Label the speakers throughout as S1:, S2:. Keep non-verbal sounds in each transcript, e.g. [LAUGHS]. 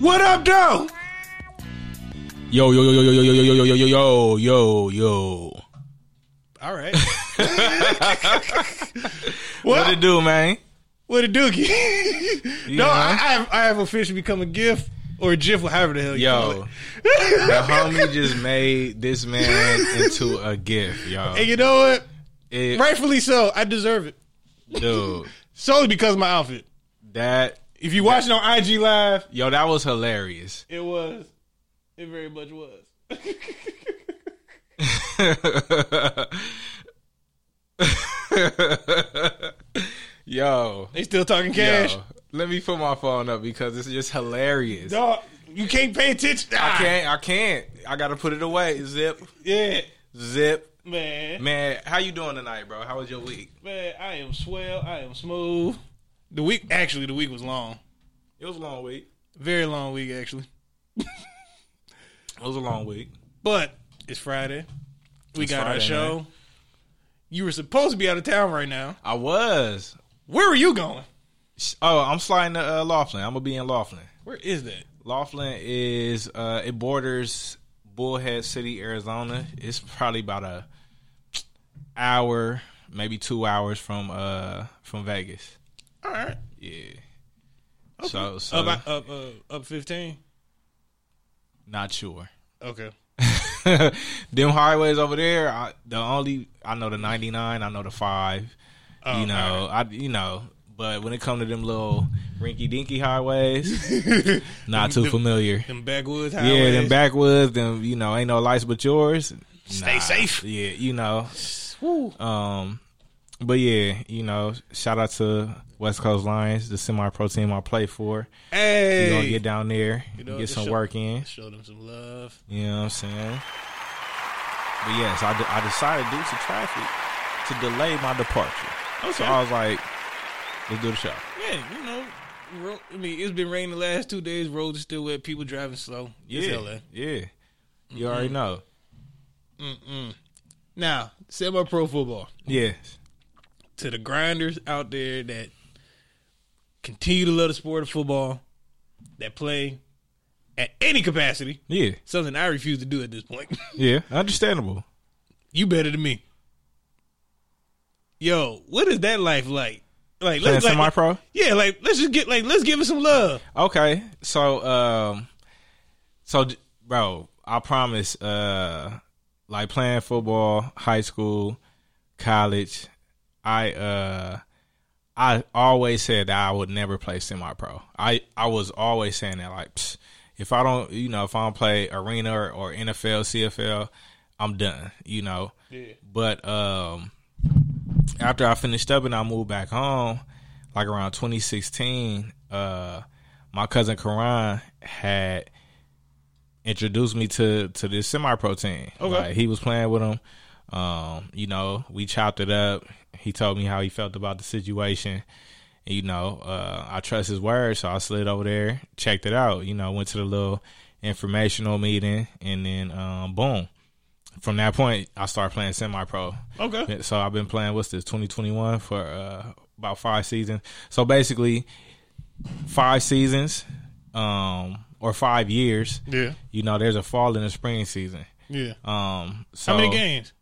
S1: What up, though?
S2: Yo, yo, yo, yo, yo, yo, yo, yo, yo, yo, yo, yo, yo, yo.
S1: All right.
S2: What it do, man?
S1: What a [LAUGHS] dookie. no,
S2: know?
S1: I, I, have, I have officially become a GIF or a GIF, or however the hell you call
S2: Yo,
S1: it.
S2: the homie just made this man into a gift, y'all.
S1: And you know what?
S2: It-
S1: Rightfully so. I deserve it.
S2: dude,
S1: Solely because of my outfit.
S2: that
S1: If you watching on IG Live,
S2: yo, that was hilarious. [LAUGHS]
S1: it was. It very much was.
S2: yo,
S1: They still talking
S2: yo,
S1: cash.
S2: let me put my phone up because it's just hilarious.
S1: Dog, you can't pay attention.
S2: I
S1: Ah,
S2: can't. I can't. I gotta put it away. Zip,
S1: Yeah.
S2: zip.
S1: Man,
S2: Man, how you doing tonight, bro? How was your week?
S1: man, I am swell. I am smooth. The week, actually, the week was long.
S2: It was a long week.
S1: Very long week, actually.
S2: It was a long week.
S1: But it's Friday. We
S2: It's
S1: got our
S2: Friday,
S1: show. You were supposed to be out of town right now.
S2: I was.
S1: Where are you going?
S2: Oh, I'm sliding to uh, Laughlin. I'm gonna be in Laughlin.
S1: Where is that?
S2: Laughlin is uh, it borders Bullhead City, Arizona. It's probably about a hour, maybe two hours from uh from Vegas.
S1: All right.
S2: Yeah. So, so
S1: Up, up, uh, up 15.
S2: not sure. [LAUGHS]
S1: Okay.
S2: Them highways over there. I, the only I know the 99. I know the five.
S1: Oh,
S2: you know, I you know. But when it comes to them little rinky
S1: [LAUGHS]
S2: dinky highways, not too
S1: Them-
S2: familiar.
S1: Them backwoods highways.
S2: Yeah, them backwoods, them you know, ain't no lights but yours.
S1: Stay
S2: Nah.
S1: safe.
S2: Yeah, you know.
S1: Woo.
S2: Um but yeah, you know, shout out to West Coast Lions, the semi pro team I play for. You gonna
S1: Hey.
S2: get down there,
S1: know,
S2: get
S1: just
S2: some
S1: show-
S2: work in.
S1: Show them some love.
S2: You know what I'm saying? But yes, I, de- I decided due to traffic to delay my departure. So
S1: Okay.
S2: I was like, let's do the show.
S1: Yeah, you know, ro- I mean, it's been raining the last two days. Roads are still wet. People driving slow. It's
S2: Yeah.
S1: LA.
S2: Yeah.
S1: Mm-hmm.
S2: You already know.
S1: Now, semi-pro football.
S2: Yes.
S1: to the grinders out there that continue to love the sport of football, that play at any capacity,
S2: Yeah.
S1: something I refuse to do at this point. [LAUGHS]
S2: Yeah. Understandable.
S1: you better than me. Yo, what is that life like? Like,
S2: Playing
S1: let's like,
S2: semi pro?
S1: yeah, like let's just get like let's give it some love.
S2: Okay. So um so j- bro, I promise uh like playing football, high school, college, I uh I always said that I would never play semi pro. I I was always saying that like psh, if I don't, you know, if I don't play arena or, or NFL, CFL, I'm done, you know.
S1: Yeah.
S2: But um after I finished up and I moved back home, like around 2016, uh, my cousin Karan had introduced me to to this semi pro team.
S1: Okay.
S2: Like, he was playing with him. Um, you know, we chopped it up. He told me how he felt about the situation. You know, uh, I trust his word, so I slid over there, checked it out. You know, went to the little informational meeting, and then um, boom. From that point, I started playing semi pro.
S1: Okay.
S2: So I've been playing what's this 2021 for uh, about five seasons. So basically, five seasons um, or five years.
S1: Yeah.
S2: You know, there's a fall and a spring season.
S1: Yeah.
S2: Um, so
S1: How many games?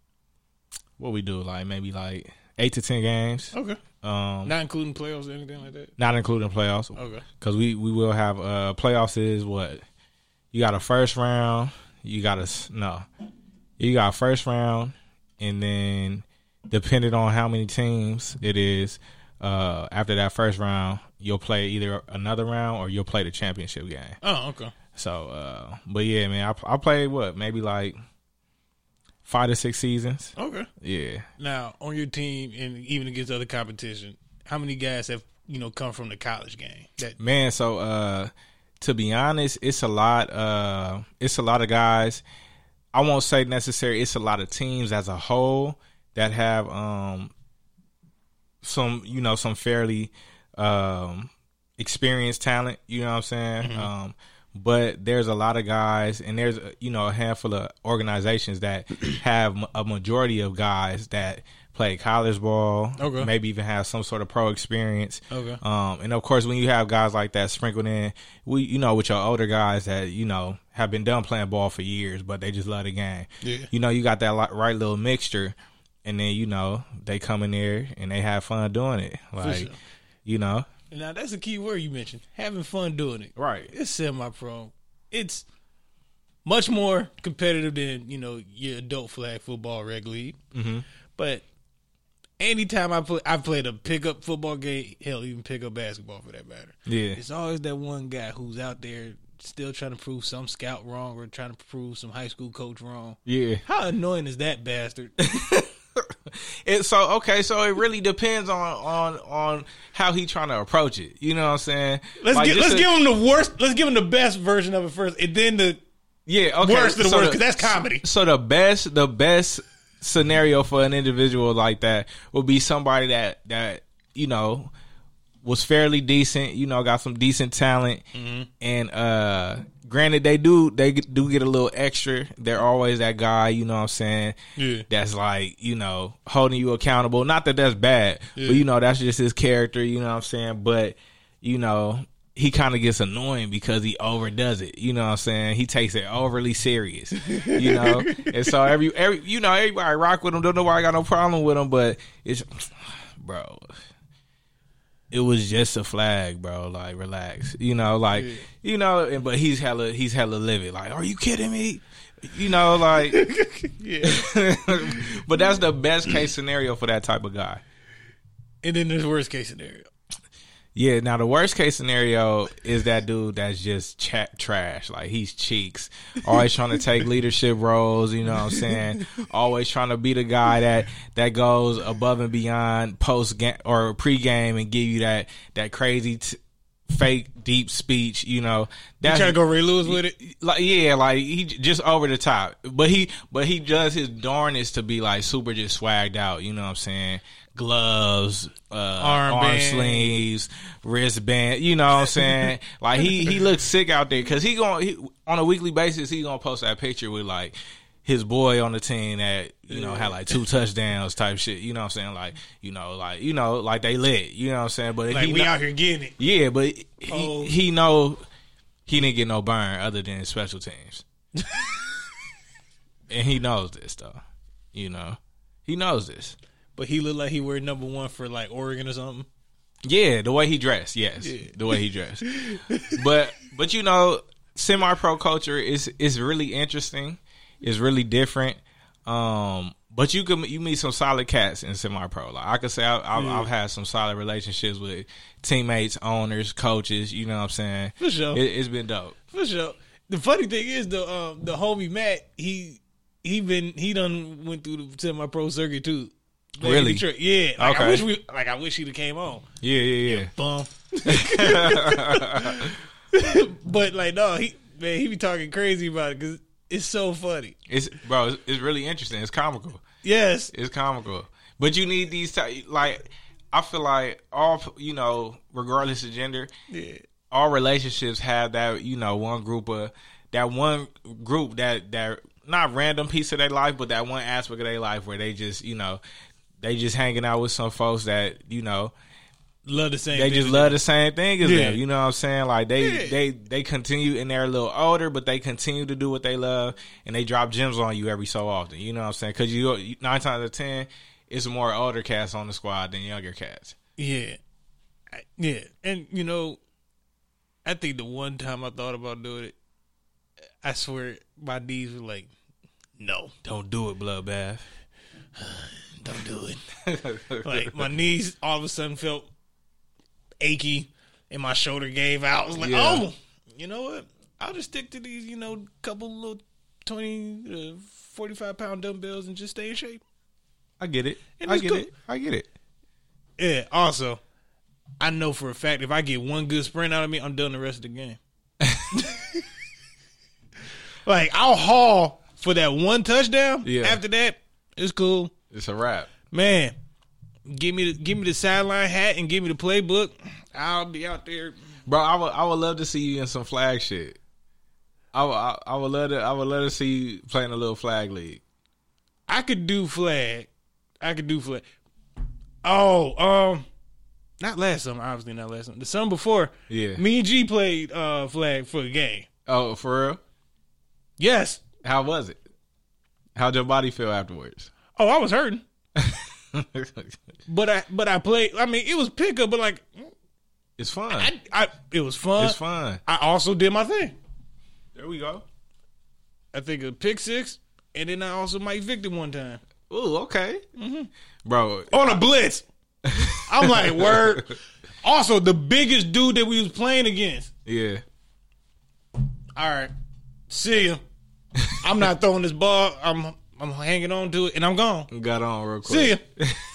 S2: What we do, like maybe like eight to ten games,
S1: Okay.
S2: um,
S1: Not including playoffs or anything like that.
S2: not including playoffs,
S1: Okay.
S2: because we we will have uh, playoffs is what you got a first round, you got a s- no, you got a first round, and then depending on how many teams it is, uh, after that first round, you'll play either another round or you'll play the championship game.
S1: Oh, okay.
S2: So, uh, but yeah, man, I I played what maybe like five to six seasons.
S1: Okay.
S2: Yeah,
S1: Now, on your team and even against other competition, how many guys have, you know, come from the college game? That
S2: man so uh to be honest it's a lot uh it's a lot of guys i won't say necessary it's a lot of teams as a whole that have um some you know some fairly um experienced talent you know what i'm saying um but there's a lot of guys and there's uh, you know a handful of organizations that have m- a majority of guys that play college ball
S1: Okay.
S2: maybe even have some sort of pro experience
S1: Okay.
S2: um, and of course when you have guys like that sprinkled in we you know with your older guys that you know have been done playing ball for years but they just love the game
S1: Yeah.
S2: you know you got that li- right little mixture and then you know they come in there and they have fun doing it like
S1: sure.
S2: you know
S1: Now that's a key word you mentioned. Having fun doing it.
S2: right
S1: It's semi pro. It's much more competitive than, you know, your adult flag football reg league. Mm-hmm. But anytime I play I played a pickup football game, hell, even pickup basketball for that matter.
S2: yeah
S1: It's always that one guy who's out there still trying to prove some scout wrong or trying to prove some high school coach wrong.
S2: yeah [LAUGHS]
S1: How annoying is that bastard? [LAUGHS]
S2: It so okay, so it really depends on on on how he trying to approach it. You know what I'm saying?
S1: Let's
S2: Like,
S1: give,
S2: just
S1: let's
S2: a-
S1: give him the worst. Let's give him the best version of it first, and then the
S2: yeah okay,
S1: worst of the
S2: so
S1: worst because that's comedy.
S2: so the best the best scenario for an individual like that would be somebody that that you know was fairly decent. You know, got some decent talent, and uh granted they do they do get a little extra. They're always that guy. You know what I'm saying?
S1: Yeah.
S2: that's like you know holding you accountable not that that's bad but you know that's just his character you know what i'm saying but you know he kind of gets annoying because he overdoes it you know what i'm saying he takes it overly serious you know and so every every you know everybody rock with him don't know why i got no problem with him but it's [SIGHS] bro it was just a flag, bro. Like, relax. You know, like, you know, and, but he's hella, he's hella livid. Like, are you kidding me? You know, like, [LAUGHS]
S1: Yeah,
S2: but that's the best case scenario for that type of guy.
S1: and then there's worst case scenario.
S2: Yeah. Now the worst case scenario is that dude that's just chat trash. Like he's cheeks, always trying to take leadership roles. You know what I'm saying? Always trying to be the guy that that goes above and beyond post game or pregame and give you that that crazy. T- fake deep speech you know
S1: You
S2: that's
S1: trying to go Ray Lewis with it?
S2: like yeah, like he j- just over the top, but he but he does his darnest to be like super just swagged out. You know what I'm saying? Gloves, uh, arm,
S1: Armband.
S2: sleeves, wristband. You know what
S1: [LAUGHS]
S2: I'm saying? like he he looks sick out there because he going he, on a weekly basis. He gonna post that picture with like his boy on the team that you know had like two touchdowns type shit. You know what I'm saying? Like you know like you know like they lit. You know what I'm saying? But
S1: Like
S2: he
S1: we
S2: not-
S1: out here getting it.
S2: yeah, but he,
S1: Oh.
S2: he know he didn't get no burn other than
S1: [LAUGHS]
S2: special teams, and he knows this though. You know, he knows this.
S1: But he looked like he were number one for like Oregon or something.
S2: Yeah, the way he dressed. Yes, the way
S1: [LAUGHS]
S2: he dressed. but but you know, semi pro culture is is really interesting. It's really different. Um, but you can you meet some solid cats in semi pro. Like I could say, I, I've, I've had some solid relationships with teammates, owners, coaches. You know what I'm saying?
S1: For sure.
S2: It, it's been dope.
S1: For sure. The funny thing is the um, the homie Matt he he been he done went through the semi pro circuit too. Like, in
S2: Really?
S1: Detroit. Yeah. Like,
S2: Okay.
S1: I wish we like I wish he'd have came on.
S2: Yeah, yeah, yeah.
S1: Bum. [LAUGHS] but like no, he man he be talking crazy about it because it's so funny.
S2: It's bro, it's, it's really interesting. It's comical.
S1: Yes.
S2: It's comical. But you need these type like I feel like all you know, regardless of gender,
S1: Yeah.
S2: all relationships have that you know one group of that one group that that not random piece of their life, but that one aspect of their life where they just you know they just hanging out with some folks that you know
S1: Love the same.
S2: they
S1: thing.
S2: just love the same thing as
S1: Yeah.
S2: them. You know what I'm saying? Like they
S1: Yeah.
S2: they they continue and they're a little older, but they continue to do what they love, and they drop gems on you every so often. You know what I'm saying? Because you you- nine times out of ten, it's more older cats on the squad than younger cats.
S1: Yeah. I- Yeah. And, you know, I think the one time I thought about doing it, I swear my knees were like, no,
S2: Don't do it, [LAUGHS] bloodbath.
S1: don't do it. like, [LAUGHS] my knees all of a sudden felt achy and my shoulder gave out. I was like,
S2: Yeah.
S1: oh, you know what? I'll just stick to these, you know, couple little 20 uh, 45 pound dumbbells and just stay in shape.
S2: I get it.
S1: And
S2: I
S1: it's
S2: get
S1: cool.
S2: it. I get it.
S1: Yeah. Also, I know for a fact if I get one good sprint out of me, I'm done the rest of the [LAUGHS] game. like I'll haul for that one touchdown.
S2: Yeah.
S1: After that, it's cool,
S2: It's a wrap.
S1: man. Give me the give me the sideline hat and give me the playbook. I'll be out there.
S2: Bro, I would I would love to see you in some flag shit. I, would- I, I would love to. I would love to see you playing a little flag league.
S1: I could do flag. I could do flag. Oh, um, not last summer. Obviously, not last summer. The summer before,
S2: Yeah.
S1: me and G played uh flag for a game.
S2: Oh, for real?
S1: Yes.
S2: How was it? How'd your body feel afterwards? [LAUGHS]
S1: Oh, I was hurting,
S2: it's
S1: but I but I played. I mean, it was pickup, but like
S2: fun.
S1: I, I it was fun.
S2: it's fun.
S1: I also did my thing.
S2: There we go.
S1: I think a pick six, and then I also Mike Victor one time
S2: Ooh, okay. Bro, [LAUGHS]
S1: on a blitz. I'm like word. Also, the biggest dude that we was playing against.
S2: yeah.
S1: all right, see ya. I'm not throwing this ball. I'm I'm hanging on to it, and I'm gone.
S2: Got on real
S1: See ya.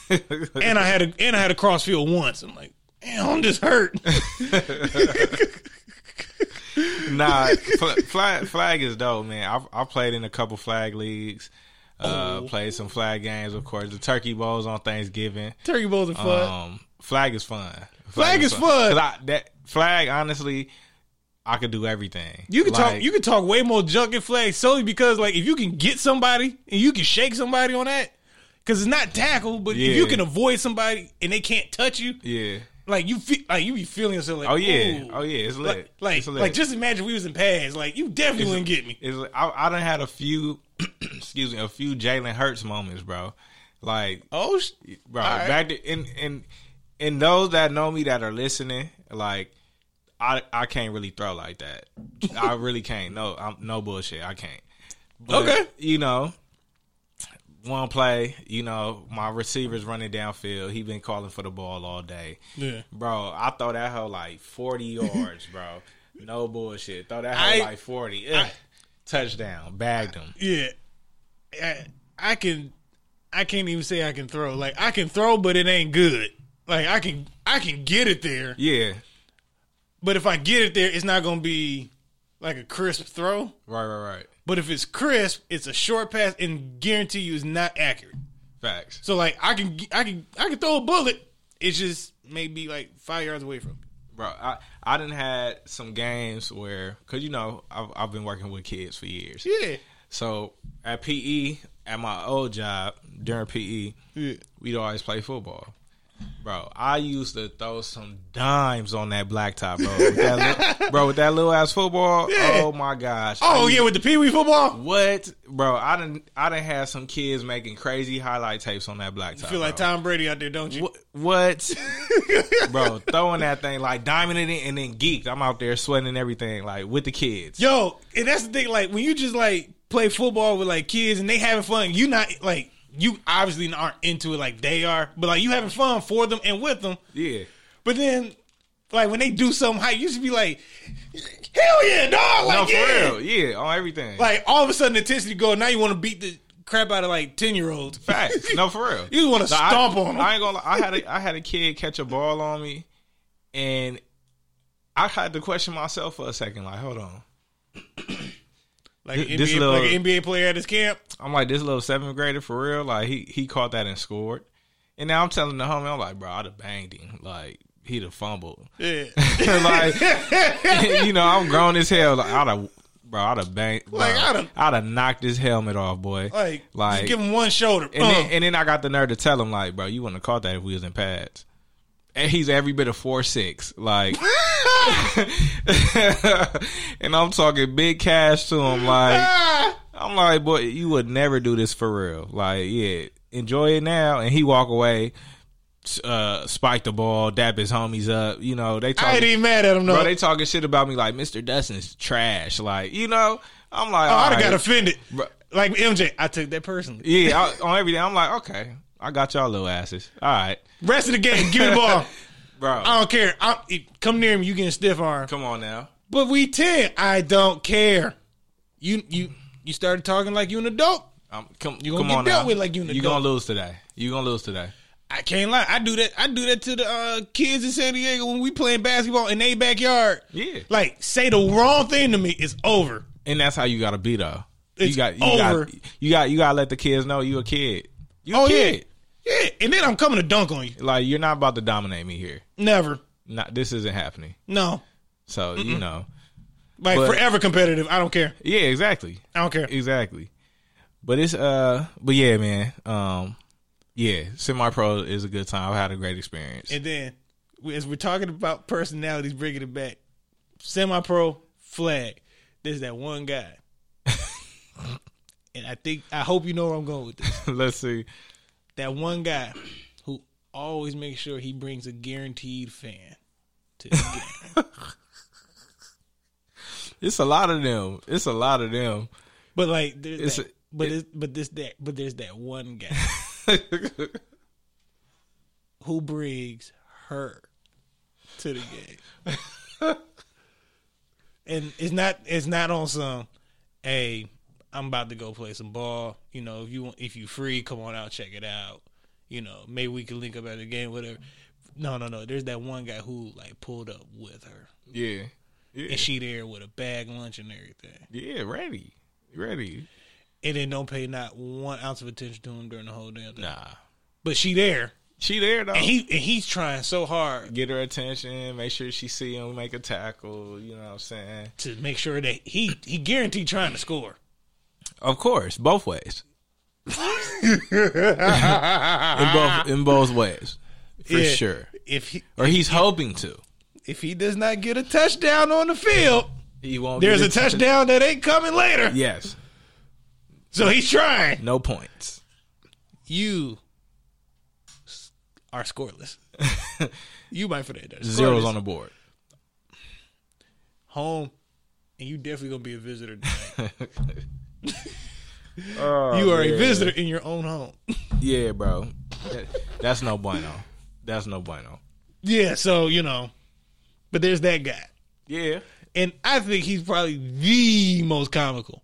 S2: quick. See ya.
S1: And I had a and I had a crossfield once. I'm like, damn, I'm just hurt.
S2: [LAUGHS]
S1: [LAUGHS]
S2: nah, fl- flag, flag is dope, man. I've, I played in a couple flag leagues. Uh, Played some flag games, of course. The turkey bowls on Thanksgiving.
S1: Turkey bowls are fun.
S2: Um, flag is fun. Flag,
S1: is fun.
S2: 'Cause I- that flag, honestly, I could do everything.
S1: you can
S2: Like,
S1: talk. You can talk way more junk and flag solely because like if you can get somebody and you can shake somebody on that. Cause it's not tackle, but
S2: Yeah.
S1: if you can avoid somebody and they can't touch you,
S2: yeah.
S1: like you feel, like you be feeling yourself. Like,
S2: Oh yeah.
S1: ooh.
S2: Oh yeah. It's lit.
S1: like like,
S2: it's lit.
S1: like just imagine we was in pads. Like you definitely wouldn't get me.
S2: It's like, I, I done had a few, [CLEARS THROAT] excuse me, a few Jalen Hurts moments, bro. Like,
S1: Oh, sh-
S2: bro,
S1: all right.
S2: back to in in in those that know me that are listening, like, I I can't really throw like that.
S1: [LAUGHS]
S2: I really can't. No, I'm no bullshit. I can't. But,
S1: Okay.
S2: you know. One play, you know, my receiver's running downfield. He been calling for the ball all day.
S1: yeah.
S2: Bro, I throw that hoe like
S1: [LAUGHS]
S2: 40 yards, bro. No bullshit. Throw that hoe
S1: I-
S2: like 40. Ugh. Touchdown. Bagged him.
S1: Yeah, I, I can. I can't even say I can throw. Like I can throw, but it ain't good. Like I can. I can get it there,
S2: Yeah.
S1: but if I get it there, it's not gonna be like a crisp throw.
S2: Right, right, right.
S1: But if it's crisp, it's a short pass, and guarantee you, it's not accurate.
S2: Facts.
S1: So like I can. I can. I can throw a bullet. It's just maybe like five yards away from. me.
S2: Bro, I, I done had some games where, because, you know, I've, I've been working with kids for years.
S1: Yeah.
S2: So at PE, at my old job, during PE,
S1: Yeah.
S2: we'd always play football. Bro, I used to throw some dimes on that blacktop, bro. With
S1: [LAUGHS]
S2: that li- bro, with that little ass football,
S1: Yeah.
S2: oh my gosh. I
S1: Oh yeah, with the pee wee football.
S2: What, bro? I didn't. I didn't have some kids making crazy highlight tapes on that blacktop.
S1: You feel like
S2: bro.
S1: Tom Brady out there, don't you?
S2: Wh- What, [LAUGHS] bro? Throwing that thing like diamond it in and then geeked. I'm out there sweating and everything like with the kids.
S1: Yo, and that's the thing. Like when you just like play football with like kids and they having fun, you not like you obviously aren't into it like they are, but like you having fun for them and with them.
S2: Yeah,
S1: But then, like when they do something hype, you should be like, "Hell yeah, dog!" Like
S2: no, for
S1: yeah.
S2: real. Yeah, on everything. Like
S1: Like all of a sudden, intensity go. Now you want to beat the crap out of like ten year olds. [LAUGHS]
S2: facts. No, for real.
S1: You want to
S2: No, I-
S1: stomp on them.
S2: I ain't gonna. Lie. I had a, I had a kid catch a ball on me, and I had to question myself for a second. Like, hold on.
S1: like, an NBA,
S2: this little-
S1: like an NBA player at his camp.
S2: I'm like, this little seventh grader for real. Like he he caught that and scored. And now I'm telling the homie, I'm like, bro, I'd have banged him. Like he'd have fumbled.
S1: Yeah. [LAUGHS]
S2: like [LAUGHS] you know, I'm grown as hell. Like I'd have, bro, I'd have banged. bro,
S1: Like, I'd
S2: I'd
S1: have-
S2: have, knocked his helmet off, boy.
S1: Like,
S2: Like-
S1: just give him one shoulder.
S2: and
S1: Uh.
S2: then and then I got the nerve to tell him, like, bro, you wouldn't have caught that if we was in pads. And he's every bit of four six, like, [LAUGHS] and I'm talking big cash to him, like.
S1: Ah!
S2: I'm like, boy, you would never do this for real. Like, yeah, enjoy it now. And he walk away, s- uh, spike the ball, dap his homies up. You know,
S1: I
S2: they
S1: ain't
S2: talking,
S1: even mad at him though.
S2: bro, they talking shit about me like Mr. Dustin's trash. Like, you know, I'm like,
S1: Oh, I'd
S2: all
S1: have got
S2: right.
S1: offended.
S2: Bro.
S1: Like MJ, I took that personally.
S2: yeah, I, on everything. I'm like, okay, I got y'all little asses. All right,
S1: Rest of the game, give me the
S2: [LAUGHS]
S1: ball.
S2: bro,
S1: I don't care. I'm, it- come near him, you getting stiff arm.
S2: come on now.
S1: But we ten. I don't care. You you you started talking like you an adult.
S2: Um, come,
S1: You gonna
S2: come
S1: get
S2: on
S1: dealt
S2: now.
S1: with like you an
S2: You
S1: adult.
S2: gonna lose today. You gonna lose today.
S1: I can't lie. I do that. I do that to the uh, kids in San Diego when we playing basketball in their backyard.
S2: Yeah.
S1: Like say the wrong thing to me, it's over.
S2: and that's how you got to be though.
S1: It's
S2: you got you
S1: over.
S2: got you got you got to let the kids know you a kid. You a
S1: Oh yeah,
S2: kid.
S1: yeah. And then I'm coming to dunk on you.
S2: Like you're not about to dominate me here.
S1: Never.
S2: Not this isn't happening.
S1: No.
S2: So you know,
S1: Like
S2: But-
S1: forever competitive. I don't care.
S2: Yeah, exactly.
S1: I don't care.
S2: Exactly. But it's uh but yeah, man. Um yeah, semi pro is a good time. I've had a great experience.
S1: And then, we- as we're talking about personalities, bringing it back, semi-pro flag. There's that one guy, and I think I hope you know where I'm going with this.
S2: [LAUGHS] Let's see.
S1: That one guy who always makes sure he brings a guaranteed fan to the game.
S2: It's a lot of them. It's a lot of them.
S1: But like, there's
S2: It's
S1: that,
S2: a-
S1: but it's, but this that but there's that one guy
S2: [LAUGHS]
S1: who brings her to the game,
S2: [LAUGHS]
S1: and it's not it's not on some. Hey, I'm about to go play some ball. You know, if you want, if you free, come on out, check it out. You know, maybe we can link up at the game, whatever. No, no, no. There's that one guy who like pulled up with her,
S2: yeah. Yeah.
S1: and she there with a bag lunch and everything.
S2: Yeah, ready. Ready.
S1: and then don't pay not one ounce of attention to him during the whole damn thing.
S2: Nah.
S1: But she there,
S2: She there though.
S1: and he and he's trying so hard
S2: Get her attention, make sure she see him make a tackle, you know what I'm saying?
S1: to make sure that he he guaranteed trying to score.
S2: Of course, both ways. in both in both ways. For
S1: Yeah.
S2: sure.
S1: If he
S2: Or he's hoping to.
S1: if he does not get a touchdown on the field,
S2: He won't
S1: there's a
S2: get it.
S1: touchdown that ain't coming later.
S2: [LAUGHS] Yes.
S1: So he's trying.
S2: No points.
S1: You s- are
S2: [LAUGHS]
S1: scoreless. you might for that though.
S2: Zeros
S1: Scoreless.
S2: on the board.
S1: home, and you definitely gonna be a visitor. Tonight.
S2: [LAUGHS]
S1: [LAUGHS]
S2: Oh,
S1: you are a visitor in your own home.
S2: Yeah, bro. That- That's no bueno. That's no bueno.
S1: Yeah, so you know, but there's that guy,
S2: Yeah.
S1: and I think he's probably the most comical,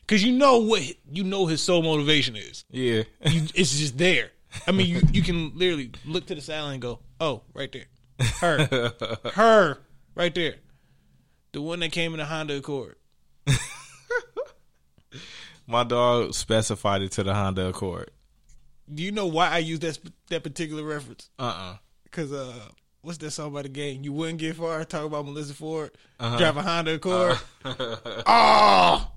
S1: because you know what you know his sole motivation is.
S2: Yeah.
S1: You, it's just there. I mean, you you can literally look to the side and go, "Oh, right there, her, her, right there, the one that came in the Honda Accord."
S2: [LAUGHS] My dog specified it to the Honda Accord.
S1: Do you know why I use that sp- that particular reference?
S2: Uh uh
S1: Because uh, what's that song about the game? You wouldn't get far. Talk about Melissa Ford
S2: Uh-huh.
S1: drive a Honda Accord. [LAUGHS] oh,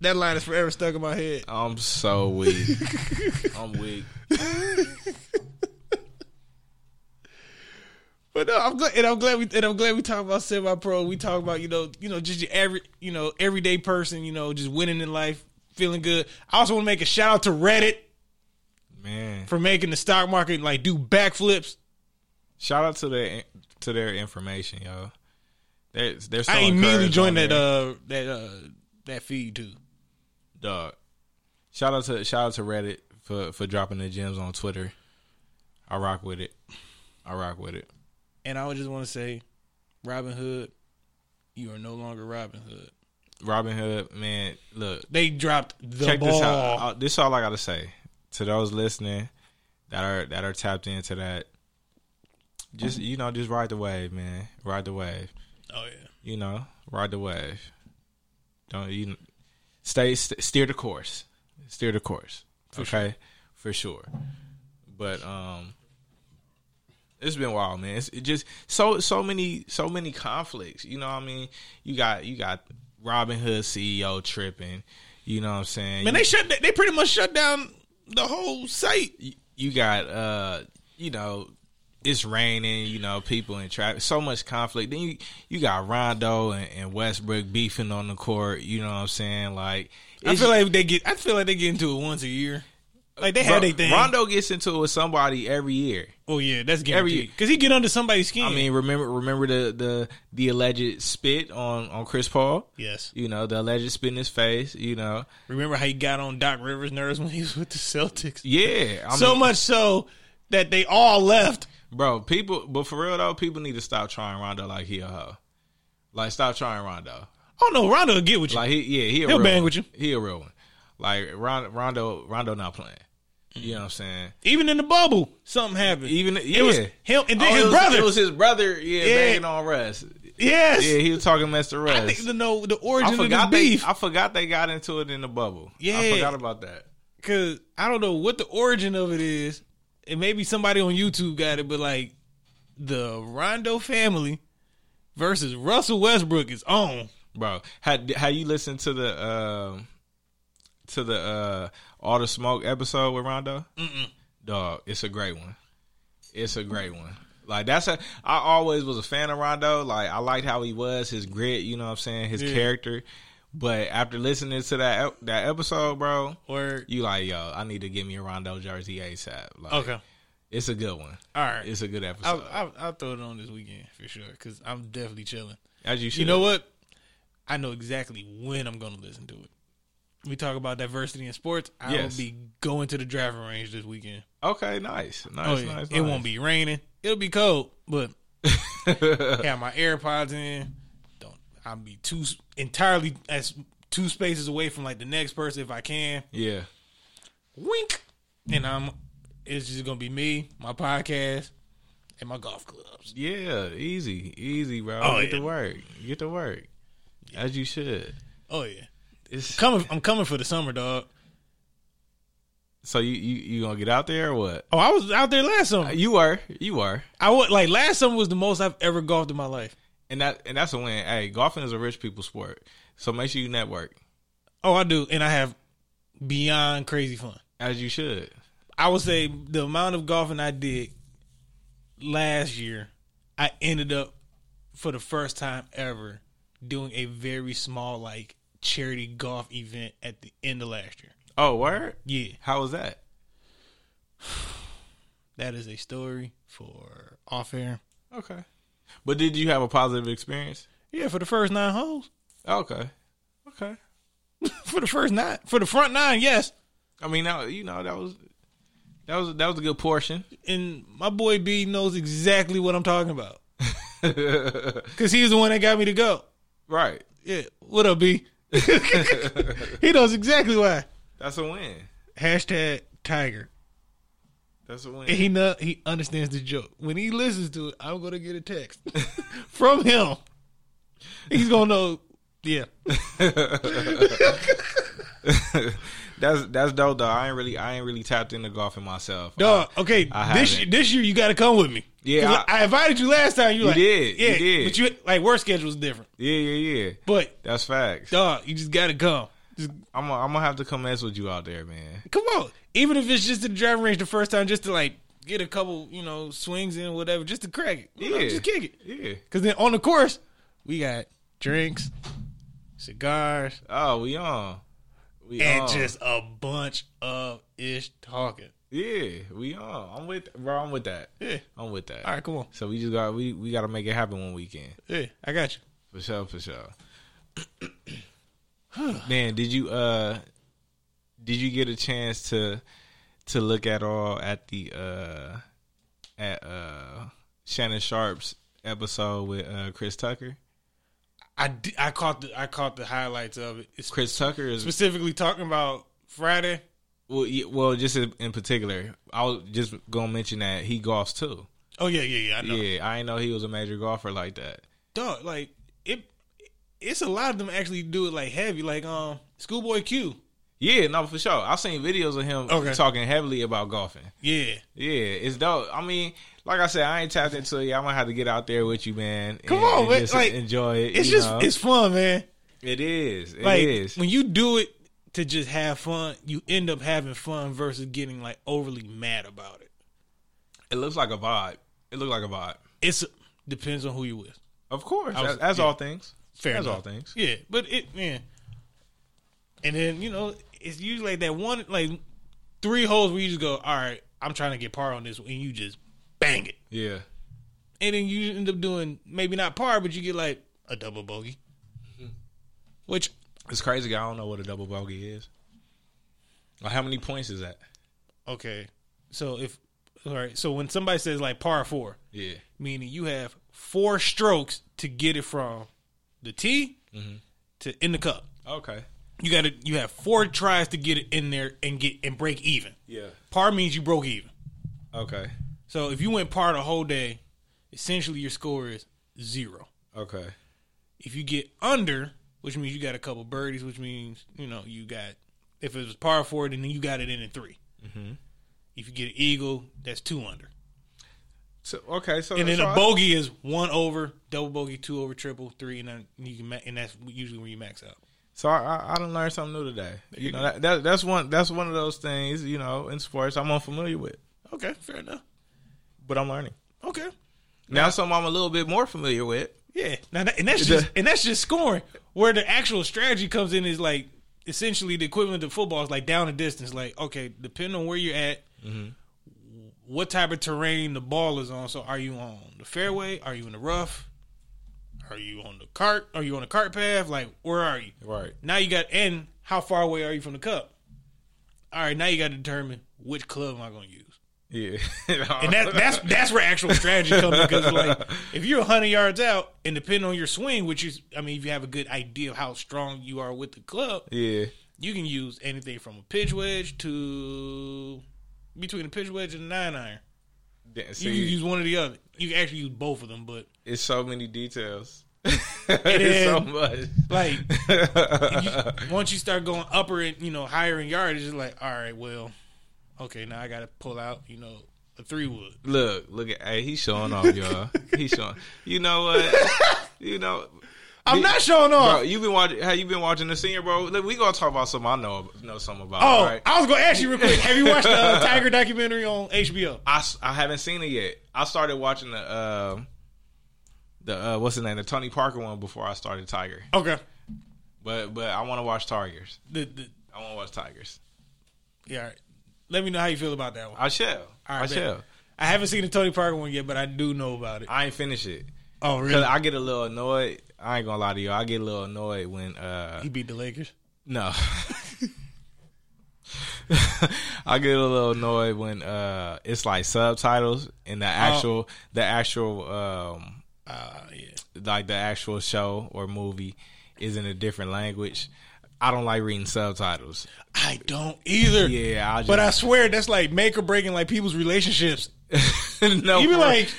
S1: that line is forever stuck in my head.
S2: I'm
S1: [LAUGHS]
S2: so weak. I'm weak.
S1: But no, I'm glad, and I'm glad we, and I'm glad we talk about semi-pro. We talk about you know, you know, just your every, you know, everyday person, you know, just winning in life, feeling good. I also want to make a shout out to Reddit
S2: Man.
S1: for making the stock market like do backflips.
S2: Shout out to their to their information, yo. They're, they're so
S1: I immediately
S2: encouraged on
S1: joined that
S2: there.
S1: uh that uh that feed too.
S2: dog. Shout out to shout out to Reddit for for dropping the gems on Twitter. I rock with it. I rock with it.
S1: And I would just want to say, Robin Hood, you are no longer Robin Hood.
S2: Robin Hood, man, look,
S1: They dropped the
S2: check
S1: ball.
S2: this out. Uh, I- this is all I gotta say to those listening that are that are tapped into that. Just you know, just ride the wave, man. Ride the wave.
S1: Oh yeah.
S2: You know, ride the wave. Don't you stay st- steer the course. Steer the course. okay, for sure. But um, it's been wild, man. It's it just so so many so many conflicts. You know, what I mean, you got you got Robin Hood CEO tripping. You know what I'm saying?
S1: Man, they shut. They pretty much shut down the whole site.
S2: you, you got uh, you know, it's raining. You know, people in traffic. So much conflict. Then you you got Rondo and, and Westbrook beefing on the court. You know what I'm saying? Like,
S1: I feel like they get. I feel like they get into it once a year. Like they had
S2: Ron-
S1: their thing.
S2: Rondo gets into it with somebody every year.
S1: oh yeah, that's
S2: Every-
S1: guaranteed. Because he get under somebody's skin.
S2: I mean, remember remember the the the alleged spit on on Chris Paul.
S1: yes.
S2: You know, the alleged spit in his face. You know,
S1: Remember how he got on Doc Rivers' nerves when he was with the Celtics?
S2: yeah. I
S1: so
S2: mean,
S1: much so that they all left.
S2: bro, people. But for real though, people need to stop trying Rondo like he a hoe. Like, stop trying Rondo.
S1: Oh no, Rondo will get with you.
S2: Like he, yeah, he a
S1: He'll
S2: real
S1: bang
S2: one.
S1: with you.
S2: He a real one. Like Ron- Rondo, Rondo not playing. You know what I'm saying?
S1: Even in the bubble, something happened.
S2: Even yeah.
S1: it was him and then
S2: Oh,
S1: his
S2: it was,
S1: brother.
S2: It was his brother. Yeah,
S1: Yeah.
S2: banging on Russ.
S1: yes.
S2: Yeah, he was talking mess to Russ.
S1: I
S2: I,
S1: think to know the origin
S2: forgot
S1: of this
S2: they.
S1: beef
S2: I forgot they got into it in the bubble. I
S1: Yeah.
S2: forgot about that.
S1: because I don't know what the origin of it is, and maybe somebody on YouTube got it, but like the Rondo family versus Russell Westbrook is on.
S2: bro. Had had you listened to the um to the uh all the smoke episode with Rondo?
S1: Mm-mm.
S2: Dog, it's a great one. It's a great one. Like that's a I always was a fan of Rondo. Like I liked how he was, his grit, you know what I'm saying, his
S1: Yeah.
S2: character. But after listening to that ep- that episode, bro,
S1: Or
S2: you like, yo, I need to give me a Rondo jersey ASAP. Like
S1: okay,
S2: it's a good one.
S1: all right.
S2: It's uh, a good
S1: I'll,
S2: episode.
S1: I'll, I'll throw it on this weekend for sure because I'm definitely chilling.
S2: As you should.
S1: You know what? I know exactly when I'm going to listen to it. We talk about diversity in sports. I
S2: Yes.
S1: will be going to the driving range this weekend.
S2: Okay, nice. Nice,
S1: oh, yeah.
S2: nice.
S1: it won't be raining. It'll be cold, but
S2: be
S1: have my AirPods in. Don't I'll be two entirely as two spaces away from like the next person if I can.
S2: [LAUGHS] Yeah.
S1: Wink, and I'm. It's just gonna be me, my podcast, and my golf clubs.
S2: Yeah, easy, easy, bro.
S1: Oh,
S2: Get
S1: yeah.
S2: to work. Get to work. As you should.
S1: Oh yeah,
S2: It's,
S1: coming. I'm coming for the summer, dog.
S2: so you, you you gonna get out there or what?
S1: Oh, I was out there last summer.
S2: Uh, You were, you were,
S1: I was like last summer was the most I've ever golfed in my life.
S2: and that and that's a win. Hey, golfing is a rich people sport, so make sure you network
S1: Oh, I do, and I have beyond crazy fun.
S2: as you should.
S1: I would say the amount of golfing I did last year, I ended up for the first time ever doing a very small like charity golf event at the end of last year.
S2: Oh, word.
S1: Yeah,
S2: How was that?
S1: that is a story for off air.
S2: Okay, but did you have a positive experience? Oh,
S1: Yeah, for the first nine holes, [LAUGHS]
S2: Okay, okay.
S1: for the first nine, for the front nine, yes.
S2: I mean, that, you know that was that was that was a good portion.
S1: And my boy B knows exactly what I'm talking about because he's the one that got me to go.
S2: right,
S1: Yeah, what up, B? [LAUGHS] he knows exactly why.
S2: that's a win.
S1: Hashtag Tiger.
S2: That's a
S1: And
S2: win. [LAUGHS]
S1: he know, he understands the joke. When he listens to it, I'm gonna get a text [LAUGHS] from him. He's gonna know. Yeah,
S2: that's that's dope though. I ain't really I ain't really tapped into golfing myself.
S1: dog. Okay,
S2: I
S1: this
S2: haven't.
S1: year, this year you got to come with me.
S2: Yeah,
S1: 'Cause I, I invited you last time. You, like,
S2: did, you
S1: Yeah,
S2: did.
S1: But you like work schedule is different.
S2: Yeah, yeah, yeah.
S1: But
S2: That's facts.
S1: dog, you just got to come. Just
S2: I'm gonna, I'm gonna have to come mess with you out there, man.
S1: come on. Even if it's just to the driving range the first time, just to like get a couple, you know, swings in, whatever, just to crack it. You know,
S2: Yeah.
S1: just kick it.
S2: Yeah.
S1: Because then on the course, we got drinks, cigars,
S2: Oh, we on. We
S1: and
S2: on.
S1: just a bunch of ish talking.
S2: yeah, we on. I'm with bro. I'm with that.
S1: Yeah.
S2: I'm with that.
S1: All right, come on.
S2: So we just got we we got to make it happen one weekend
S1: Yeah, I got you.
S2: for sure for
S1: [CLEARS THROAT]
S2: sure. man, did you uh did you get a chance to to look at all at the uh at uh Shannon Sharp's episode with uh Chris Tucker?
S1: I, di- I caught the I caught the highlights of it. It's
S2: Chris Tucker is
S1: specifically talking about Friday.
S2: Well, yeah, well, just in, in particular, I was just gonna mention that he golfs too.
S1: Oh yeah, yeah, yeah. I know.
S2: Yeah, I didn't know he was a major golfer like that.
S1: Dog, like it. It's a lot of them actually do it like heavy, like um Schoolboy Q.
S2: Yeah, no, for sure. I've seen videos of him
S1: Okay.
S2: talking heavily about golfing.
S1: Yeah,
S2: Yeah, it's dope. I mean, like I said, I ain't tapped into it. I'm gonna have to get out there with you, man.
S1: Come
S2: and-
S1: on,
S2: and
S1: man,
S2: just
S1: like,
S2: enjoy it.
S1: it's
S2: you
S1: just
S2: know?
S1: it's fun, man.
S2: it is. It
S1: Like
S2: is.
S1: when you do it to just have fun, you end up having fun versus getting like overly mad about it.
S2: It looks like a vibe. It looks like a vibe.
S1: It's depends on who you with.
S2: Of course,
S1: I was-
S2: as, as
S1: yeah.
S2: all things.
S1: Fair
S2: as
S1: enough.
S2: all things.
S1: Yeah, but it man. And then you know it's usually like that one like three holes where you just go, all right, I'm trying to get par on this, and you just bang it,
S2: Yeah.
S1: and then you end up doing maybe not par, but you get like a double bogey, which
S2: It's crazy. I don't know what a double bogey is. Like, how many points is that?
S1: okay, so if all right, so when somebody says like par four,
S2: Yeah.
S1: meaning you have four strokes to get it from the tee to in the cup.
S2: Okay.
S1: You got to you have four tries to get it in there and get and break even.
S2: Yeah.
S1: Par means you broke even.
S2: Okay.
S1: So if you went par the whole day, essentially your score is zero.
S2: Okay.
S1: If you get under, which means you got a couple birdies, which means you know you got if it was par four, then you got it in at 3 If you get an eagle, that's two under.
S2: So okay, so
S1: And then
S2: so
S1: a
S2: I-
S1: bogey is one over, double bogey, two over, triple, three, and then you can ma- and that's usually when you max out.
S2: So I, I, I done learned something new today. You know that, that that's one that's one of those things you know in sports I'm unfamiliar with,
S1: Okay, fair enough.
S2: but I'm learning
S1: Okay,
S2: now. Something I'm a little bit more familiar with.
S1: yeah. Now that, and that's
S2: The-
S1: just and that's just scoring. Where the actual strategy comes in is like essentially the equivalent of football is like down the distance. Like okay, depending on where you're at, what type of terrain the ball is on. So are you on the fairway? Are you in the rough? Are you on the cart? Are you on the cart path? Like where are you?
S2: Right.
S1: Now you got and how far away are you from the cup? All right, now you got to determine which club am I going to use.
S2: [LAUGHS] Yeah.
S1: And that, that's that's where actual strategy comes because like if you're 100 yards out and depending on your swing, which is I mean if you have a good idea of how strong you are with the club,
S2: yeah.
S1: you can use anything from a pitch wedge to between a pitch wedge and a nine iron.
S2: Damn,
S1: You can
S2: See,
S1: use one or the other. You can actually use both of them, but
S2: it's so many details. [LAUGHS] it's so
S1: is.
S2: much.
S1: like you,
S2: [LAUGHS]
S1: once you start going upper and you know higher in yardage, it's like all right, well, okay, now I got to pull out you know a three wood.
S2: Look, look at hey, he's showing off, y'all. He's showing. You know what? you know,
S1: I'm not showing
S2: bro.
S1: off.
S2: You been watching? Have you been watching the senior, bro? Look, we gonna talk about something I know know something about.
S1: Oh,
S2: all right?
S1: I was gonna ask you real quick. Have you watched the uh, Tiger documentary on HBO?
S2: I, s- I haven't seen it yet. I started watching the uh, the uh, what's the name, the Tony Parker one before I started Tiger.
S1: Okay,
S2: But but I want to watch Tigers.
S1: the, the,
S2: I want to watch Tigers.
S1: yeah. All right. Let me know how you feel about that one.
S2: I shall.
S1: All right,
S2: I
S1: bet.
S2: shall.
S1: I haven't seen the Tony Parker one yet, but I do know about it.
S2: I ain't finished it
S1: Oh,
S2: because
S1: really?
S2: I get a little annoyed. I ain't gonna lie to you. I get a little annoyed when uh
S1: He beat the Lakers.
S2: no. [LAUGHS] I get a little annoyed when uh it's like subtitles and
S1: Oh.
S2: the actual the actual um
S1: Ah, yeah.
S2: like the actual show or movie is in a different language. I don't like reading subtitles.
S1: I don't either.
S2: Yeah, I just,
S1: But I swear that's like make or breaking like people's relationships.
S2: [LAUGHS] no,
S1: You be
S2: for-
S1: like-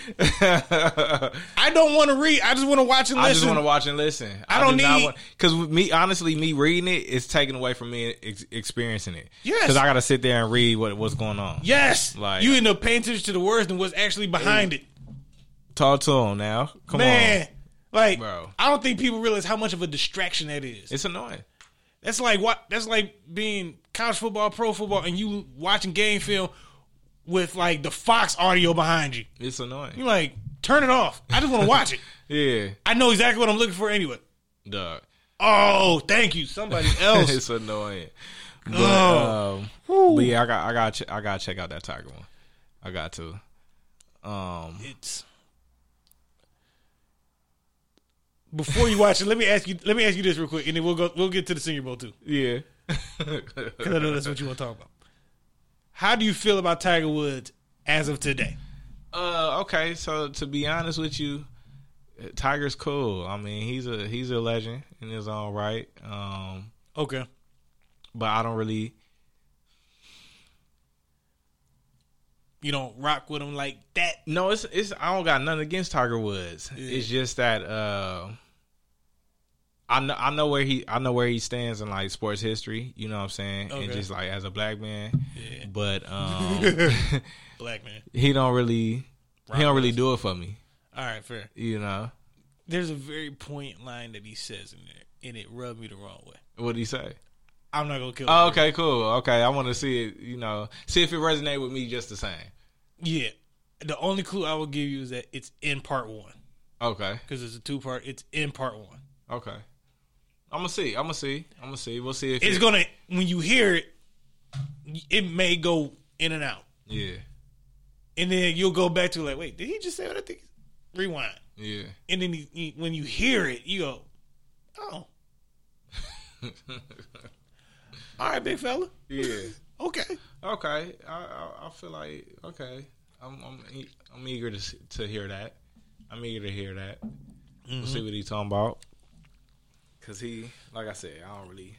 S1: I don't want to read. I just want to watch and listen.
S2: I just want to watch and listen.
S1: I don't need-
S2: because me honestly, me reading it is taken away from me ex- experiencing it.
S1: Yes.
S2: because I got to sit there and read what what's going on.
S1: Yes,
S2: Like-
S1: you end up paying attention to the words and what's actually behind it,
S2: Talk to him now. Come
S1: man.
S2: on,
S1: Like,
S2: Bro.
S1: I don't think people realize how much of a distraction that is.
S2: it's annoying.
S1: That's like what. That's like being college football, pro football, and you watching game film with like the Fox audio behind you.
S2: It's annoying.
S1: You're like, turn it off. I just want to watch it.
S2: Yeah,
S1: I know exactly what I'm looking for anyway.
S2: dog.
S1: Oh, thank you, somebody else.
S2: [LAUGHS] it's annoying. But,
S1: Oh.
S2: um,
S1: Whew.
S2: but yeah, I got I got ch- I got to check out that Tiger one. I got to. Um,
S1: it's before you watch it. Let me ask you. Let me ask you this real quick, and then we'll go. We'll get to the Senior Bowl too.
S2: yeah.
S1: Because I know that's what you want to talk about. How do you feel about Tiger Woods as of today?
S2: [LAUGHS] uh, okay, so to be honest with you, Tiger's cool. I mean, he's a he's a legend in his own right. Um,
S1: Okay.
S2: but I don't really.
S1: You don't rock with him like that.
S2: No, it's it's. I don't got nothing against Tiger Woods.
S1: Yeah.
S2: It's just that uh, I know I know where he I know where he stands in like sports history. You know what I'm saying?
S1: Okay.
S2: And just like as a black man,
S1: Yeah.
S2: but um,
S1: [LAUGHS]
S2: [LAUGHS]
S1: Black man.
S2: he don't really
S1: Rock
S2: he don't really do it for me.
S1: All right, fair.
S2: You know
S1: There's a very poignant line that he says in there, and it rubbed me the wrong way.
S2: what do he say?
S1: I'm not gonna kill.
S2: Oh, okay, cool. Okay, I want to see it. You know, see if it resonate with me just the same.
S1: you. Yeah. The only clue I will give you is that it's in part one
S2: Okay,
S1: because it's a two part. It's in part one.
S2: okay. I'm gonna see. I'm gonna see. I'm gonna see. We'll see if
S1: It's
S2: it-
S1: gonna when you hear it, it may go in and out,
S2: Yeah,
S1: and then you'll go back to like, wait, did he just say what I think? Rewind.
S2: yeah. [LAUGHS]
S1: and then you, you- when you hear it, you go, "Oh, all right, big fella,
S2: Yeah.
S1: okay."
S2: Okay, I, I I feel like okay. I'm I'm e- I'm eager to s- to hear that. I'm eager to hear that. We'll see what he's talking about. Mm-hmm. Cause he, like I said, I don't really.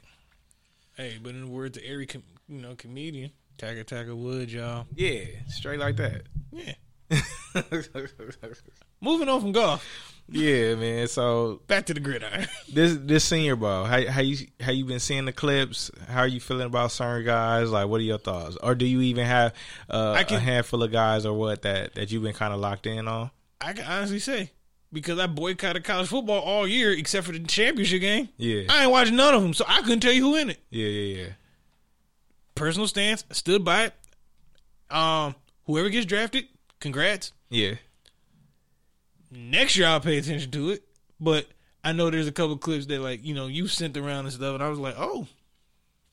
S1: Hey, but in the words of every com- you know comedian, Tiger Tiger Woods, y'all,
S2: Yeah, straight like that. [LAUGHS]
S1: yeah, Moving on from golf,
S2: yeah, man. So
S1: back to the gridiron.
S2: this this senior ball, how how you how you been seeing the clips? How are you feeling about certain guys? Like, what are your thoughts? Or do you even have uh,
S1: I can-
S2: a handful of guys or what that that you've been kind of locked in on?
S1: I can honestly say because I boycotted college football all year except for the championship game.
S2: Yeah.
S1: I ain't watched none of them, so I couldn't tell you who in it.
S2: Yeah, yeah, yeah.
S1: Personal stance, I stood by it. Um, whoever gets drafted, congrats.
S2: Yeah.
S1: Next year I'll pay attention to it, but I know there's a couple clips that like you know you sent around and stuff, and I was like, oh,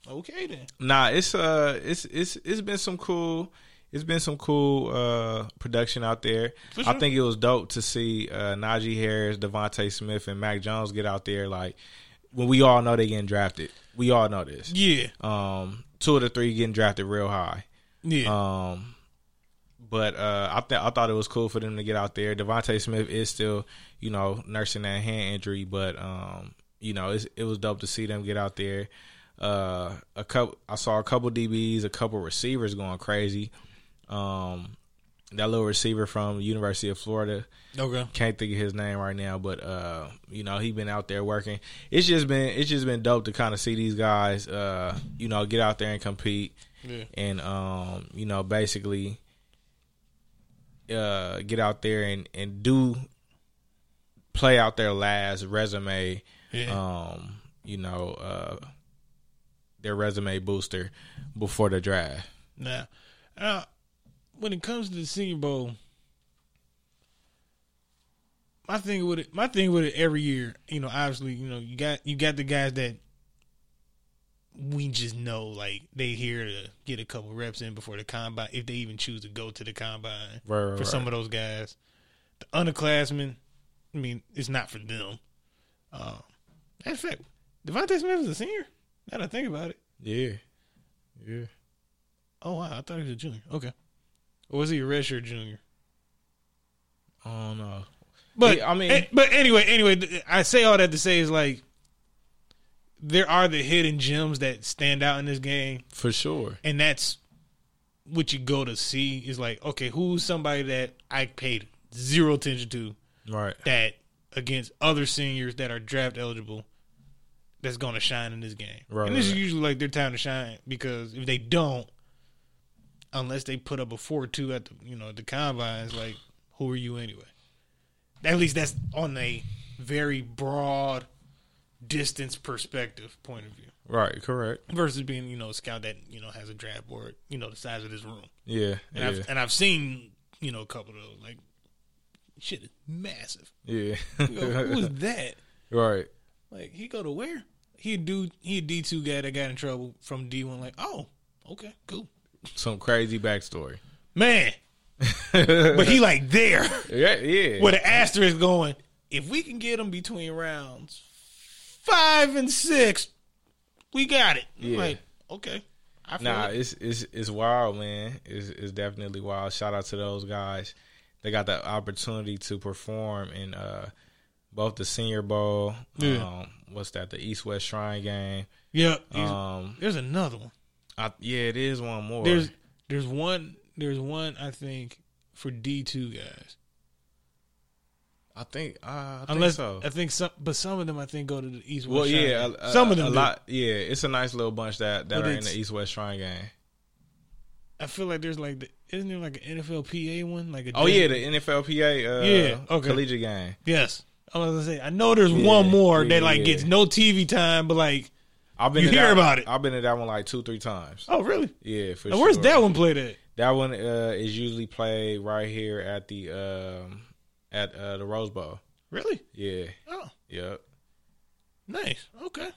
S1: okay then.
S2: Nah, it's uh it's it's it's been some cool it's been some cool uh production out there.
S1: For
S2: I
S1: sure.
S2: think it was dope to see uh Najee Harris, Devontae Smith and Mac Jones get out there like when we all know they getting drafted. We all know this.
S1: Yeah,
S2: Um two of the three getting drafted real high.
S1: yeah,
S2: Um, but uh, I th- I thought it was cool for them to get out there. Devontae Smith is still, you know, nursing that hand injury, but um, you know, it's, it was dope to see them get out there. Uh, a couple, I saw a couple DBs, a couple receivers going crazy. Um, that little receiver from University of Florida,
S1: okay.
S2: can't think of his name right now, but uh, you know, he been out there working. It's just been it's just been dope to kind of see these guys uh, you know, get out there and compete.
S1: Yeah.
S2: And um, you know, basically uh get out there and and do play out their last resume
S1: Yeah.
S2: um, you know, uh their resume booster before the draft.
S1: Now, uh, when it comes to the Senior Bowl, my thing with it, my thing with it every year, you know, obviously, you know, you got you got the guys that we just know, like they here to get a couple reps in before the combine, if they even choose to go to the combine.
S2: Right, right,
S1: for some
S2: right.
S1: of those guys, the underclassmen, I mean, it's not for them. Um, matter of fact, Devontae Smith is a senior. Now that I think about it.
S2: Yeah. Yeah.
S1: Oh wow, I thought he was a junior. Okay, or was he a redshirt junior?
S2: I don't know.
S1: But
S2: Yeah, I mean-
S1: eh, but anyway, anyway, th- I say all that to say is like there are the hidden gems that stand out in this game,
S2: For sure.
S1: and that's what you go to see is like okay, who's somebody that I paid zero attention to
S2: Right.
S1: that against other seniors that are draft eligible that's going to shine in this game.
S2: Right,
S1: and this
S2: right,
S1: is
S2: right.
S1: usually like their time to shine because if they don't, unless they put up a four or two at the you know the combines, like who are you anyway? At least that's on a very broad distance perspective point of view
S2: Right, correct.
S1: versus being you know a scout that you know has a draft board you know the size of this room
S2: Yeah.
S1: and
S2: yeah.
S1: I've and I've seen you know a couple of those like shit is massive.
S2: Yeah. [LAUGHS]
S1: You know, who is that?
S2: right.
S1: Like he go to where? He a dude. He a D two guy that got in trouble from D one. Like oh, okay, cool,
S2: Some crazy backstory. [LAUGHS]
S1: man. But
S2: yeah,
S1: he like there [LAUGHS]
S2: yeah.
S1: with an asterisk going. If we can get him between rounds five and six, we got it. I'm
S2: Yeah.
S1: Like okay, I feel
S2: Nah,
S1: it.
S2: it's it's it's wild, man. It's it's definitely wild. Shout out to those guys. They got the opportunity to perform in uh both the senior bowl,
S1: Yeah.
S2: um, what's that, the East West Shrine game.
S1: Yep. he's-
S2: Um
S1: there's another one.
S2: I, yeah, it is one more.
S1: There's there's one there's one I think for D two guys.
S2: I think uh, I think
S1: Unless
S2: so.
S1: I think some, but some of them I think go to the East.
S2: Well,
S1: West
S2: yeah,
S1: Shrine.
S2: a- a-
S1: some of them
S2: a
S1: do.
S2: lot. Yeah, it's a nice little bunch that that
S1: But
S2: are in
S1: it's-
S2: the East West Shrine game.
S1: I feel like there's like the, isn't there like an NFLPA one like a
S2: Oh yeah, the NFLPA uh,
S1: Yeah, okay.
S2: collegiate game.
S1: yes I was gonna say I know there's
S2: Yeah,
S1: one more
S2: yeah,
S1: that like
S2: yeah.
S1: gets no TV time but like
S2: I've been
S1: You
S2: to
S1: hear
S2: that-
S1: about it.
S2: I've been to that one like two, three times.
S1: oh really
S2: Yeah, for
S1: now,
S2: sure.
S1: where's that one played at
S2: That one uh, is usually played right here at the um, at uh, the Rose Bowl.
S1: really
S2: Yeah,
S1: oh
S2: yep,
S1: nice okay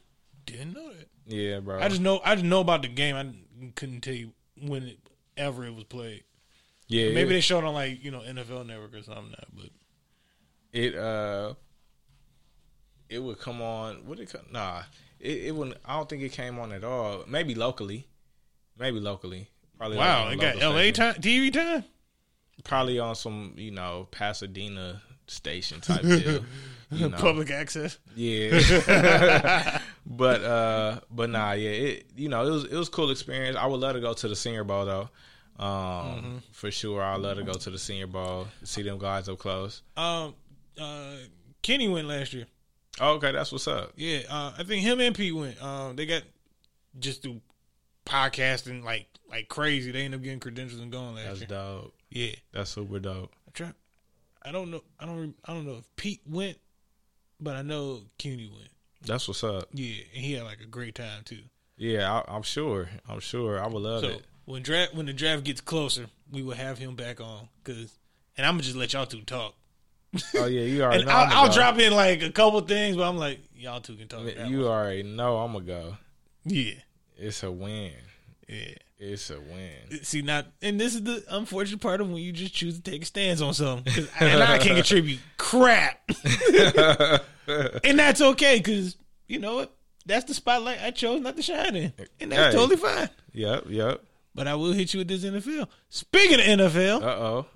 S1: didn't know that
S2: yeah, bro.
S1: I just know I just know about the game I didn't- couldn't tell you when it ever it was played
S2: yeah,
S1: maybe they
S2: it,
S1: showed on like you know NFL Network or something now but
S2: it uh it would come on. Would it come? Nah, it, it wouldn't. I don't think it came on at all. Maybe locally, maybe locally. Probably like,
S1: wow
S2: on
S1: it
S2: a
S1: got
S2: local
S1: LA
S2: station.
S1: time TV time
S2: Probably on some you know Pasadena
S1: [LAUGHS]
S2: station type deal. You know.
S1: public access [LAUGHS]
S2: Yeah. but uh but nah, yeah, it you know, it was it was a cool experience. I would love to go to the senior bowl though. Um,
S1: Mm-hmm.
S2: for sure, I love to go to the Senior Bowl, see them guys up close.
S1: Um, uh, Kenny went last year.
S2: Oh, okay, that's what's up.
S1: Yeah, uh, I think him and Pete went. Um, they got just through podcasting like like crazy. They ended up getting credentials and going last
S2: That's
S1: year.
S2: dope.
S1: Yeah,
S2: That's super dope.
S1: I try. I don't know. I don't. Re- I don't know if Pete went, but I know Kenny went.
S2: That's what's up.
S1: Yeah, and he had like a great time too.
S2: Yeah, I, I'm sure. I'm sure. I would love
S1: So
S2: it.
S1: when draft when the draft gets closer, we will have him back on. Cause and I'm gonna just let y'all two talk.
S2: Oh yeah, you already
S1: And
S2: know. I'ma
S1: I'll, I'll
S2: go.
S1: drop in like a couple things, but I'm like y'all two can talk. about
S2: You already know. I'm gonna go.
S1: yeah,
S2: It's a win.
S1: yeah.
S2: It's a
S1: [LAUGHS]
S2: win. [LAUGHS]
S1: See not, and this is the unfortunate part of when you just choose to take a stance on something. 'Cause I- and I can't contribute
S2: [LAUGHS]
S1: crap, and that's okay. Cause you know what? That's the spotlight I chose not to shine in, and that's
S2: Hey.
S1: totally fine.
S2: Yep. Yep.
S1: But I will hit you with this NFL. Speaking of NFL,
S2: Uh oh.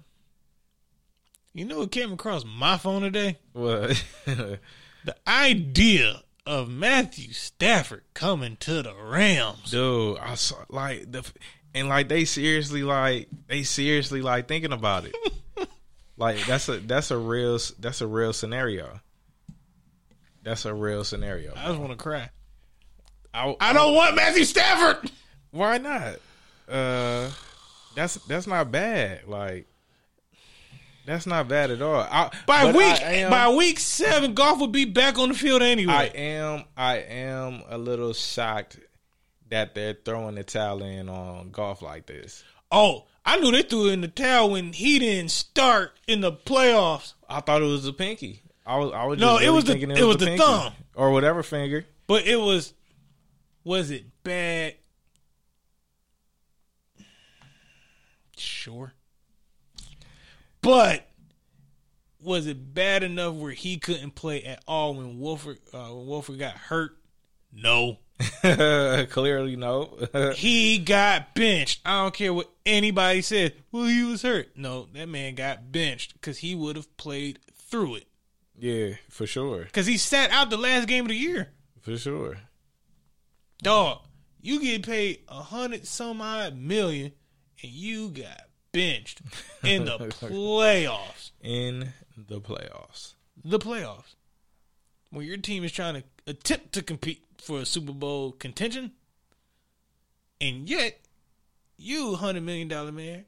S1: you know what came across my phone today?
S2: What? [LAUGHS]
S1: The idea of Matthew Stafford coming to the Rams.
S2: Dude, I saw like the, and like they seriously like they seriously like thinking about [LAUGHS] it. like that's a that's a real that's a real scenario. That's a real scenario.
S1: I just want to cry.
S2: I-
S1: I don't want Matthew Stafford.
S2: why not? Uh, that's that's not bad. Like that's not bad at all. I,
S1: By
S2: but
S1: week
S2: I am,
S1: by week seven, golf will be back on the field anyway.
S2: I am I am a little shocked that they're throwing the towel in on golf like this.
S1: oh, I knew they threw in the towel when he didn't start in the playoffs.
S2: I thought it was the pinky. I was I was
S1: No,
S2: just
S1: it
S2: really
S1: was the-
S2: thinking
S1: it was the
S2: pinky.
S1: thumb.
S2: or whatever finger. [LAUGHS]
S1: But it was was it bad? Sure. But was it bad enough where he couldn't play at all when Wolford uh, when Wolford got hurt? No.
S2: Clearly no. [LAUGHS]
S1: He got benched. I don't care what anybody said. Well, he was hurt. No, that man got benched because he would have played through it.
S2: yeah, for sure.
S1: Because he sat out the last game of the year.
S2: For sure.
S1: Dog, you get paid a hundred some odd million and you got benched in the playoffs.
S2: In the playoffs.
S1: The playoffs. When your team is trying to attempt to compete for a Super Bowl contention, and yet you hundred million dollar man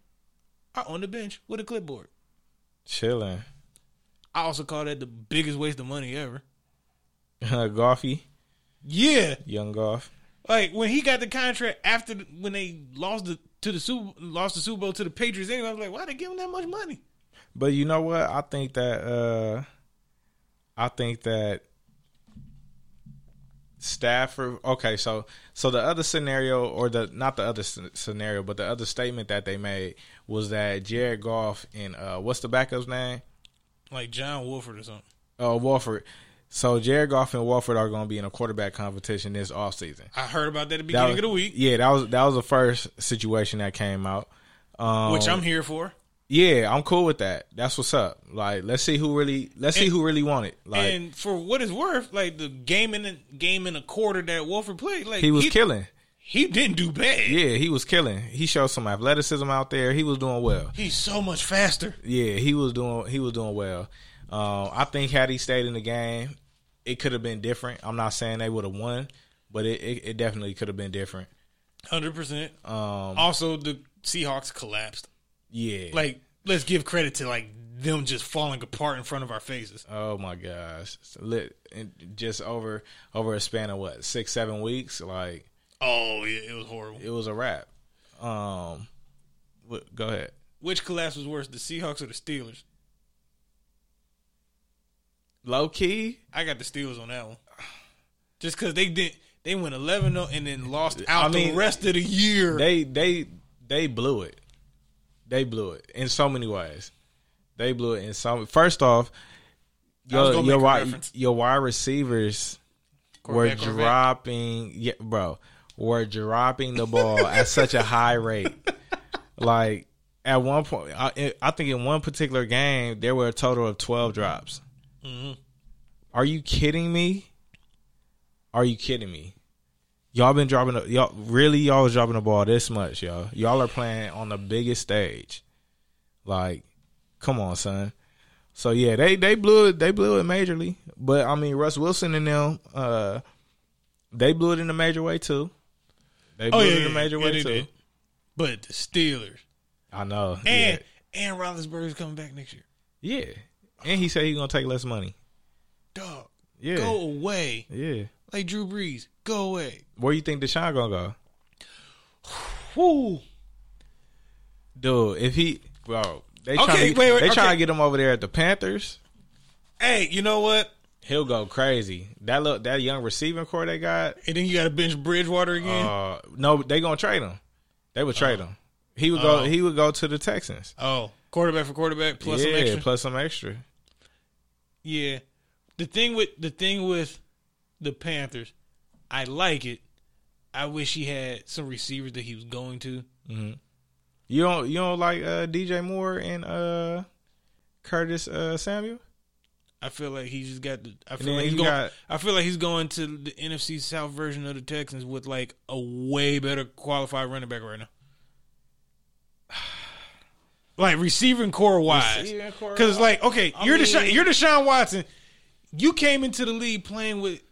S1: are on the bench with a clipboard.
S2: Chilling. [LAUGHS]
S1: I also call that the biggest waste of money ever.
S2: Golfy.
S1: Yeah.
S2: Young golf.
S1: Like when he got the contract after the, when they lost the to the Super lost the Super Bowl to the Patriots anyway, I was like, why they give him that much money?
S2: But you know what? I think that uh I think that Stafford okay, so so the other scenario or the not the other sc- scenario, but the other statement that they made was that Jared Goff and uh what's the backup's name?
S1: Like John Wolford or something.
S2: Uh Walford. So Jared Goff and Walford are going to be in a quarterback competition this offseason.
S1: I heard about that at the
S2: That
S1: beginning
S2: was-
S1: of the week,
S2: Yeah, that was that was the first situation that came out. Um,
S1: which I'm here for.
S2: yeah, I'm cool with that. That's what's up. Like, let's see who really let's see who really won it. Like,
S1: and for what it's worth, like the game in game in a quarter that Wolford played, like
S2: he was killing.
S1: He didn't do bad.
S2: Yeah, he was killing. He showed some athleticism out there. He was doing well.
S1: He's so much faster.
S2: Yeah, he was doing he was doing well. Um, I think had he stayed in the game, it could have been different. I'm not saying they would have won, but it, it, it definitely could have been different.
S1: Hundred percent.
S2: Um,
S1: Also, the Seahawks collapsed.
S2: yeah.
S1: Like, let's give credit to like them just falling apart in front of our faces.
S2: oh my gosh, So lit and just over over a span of what six seven weeks, like
S1: Oh yeah, it was horrible.
S2: it was a wrap. Um, what, go ahead.
S1: Which collapse was worse, the Seahawks or the Steelers?
S2: Low key,
S1: I got the Steelers on that one. Just because they didn't, they went 11 and then lost out
S2: I mean,
S1: the rest of the year.
S2: they they they blew it. They blew it in so many ways. They blew it in so. First off,
S1: I was
S2: your
S1: gonna
S2: your
S1: make a
S2: wide,
S1: reference.
S2: your wide receivers were
S1: Quarterback, quarterback.
S2: dropping, yeah, bro, were dropping the
S1: [LAUGHS]
S2: ball at such a high rate. Like at one point, I, I think in one particular game there were a total of twelve drops.
S1: Mm-hmm.
S2: Are you kidding me? Are you kidding me? Y'all been dropping the, y'all really y'all was dropping the ball this much, y'all. Y'all are playing on the biggest stage. Like, come on, son. So yeah, they they blew it they blew it majorly. But I mean Russ Wilson and them, uh they blew it in a major way too. They blew
S1: Oh,
S2: it
S1: yeah,
S2: in a
S1: yeah,
S2: major
S1: yeah,
S2: way
S1: they
S2: too.
S1: did. But the Steelers
S2: I know.
S1: and and Roethlisberger's coming back next year.
S2: yeah. yeah. And he said he's gonna take less money.
S1: Dog,
S2: Yeah.
S1: go away.
S2: Yeah.
S1: Like Drew Brees, go away.
S2: Where you think Deshaun gonna go?
S1: Whoo.
S2: Dude, if he bro, they
S1: Okay,
S2: trying to,
S1: wait, wait,
S2: they trying
S1: okay.
S2: to get him over there at the Panthers.
S1: Hey, you know what?
S2: He'll go crazy. That look that young receiving core they got.
S1: And then you got to bench Bridgewater again.
S2: Uh, no, they gonna trade him. They would trade him. He would go.
S1: Oh.
S2: He would go to the Texans.
S1: oh, quarterback for quarterback plus
S2: yeah,
S1: some extra.
S2: plus some extra.
S1: Yeah. The thing with the thing with the Panthers, I like it. I wish he had some receivers that he was going to.
S2: Mm-hmm. You don't. You don't like uh, DJ Moore and uh, Curtis uh, Samuel.
S1: I feel like he just got the. I
S2: And
S1: feel
S2: then
S1: like he's
S2: you
S1: going.
S2: got-
S1: I feel like he's going to the NFC South version of the Texans with like a way better qualified running back right now. [SIGHS] Like receiving core wise,
S2: Receiving core-
S1: because like okay,
S2: I
S1: you're
S2: mean-
S1: Deshaun, you're Deshaun Watson. You came into the league playing with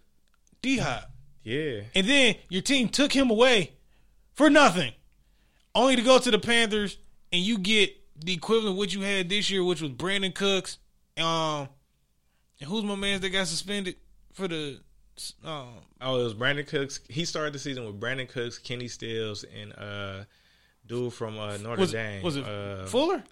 S1: D Hop.
S2: Yeah.
S1: And then your team took him away for nothing, only to go to the Panthers and you get the equivalent of what you had this year, which was Brandon Cooks. Um, and who's my man that got suspended for the? Um,
S2: Oh, it was Brandon Cooks. He started the season with Brandon Cooks, Kenny Stills, and uh, dude from uh, Notre
S1: was
S2: Dame.
S1: it, was it
S2: uh,
S1: Fuller?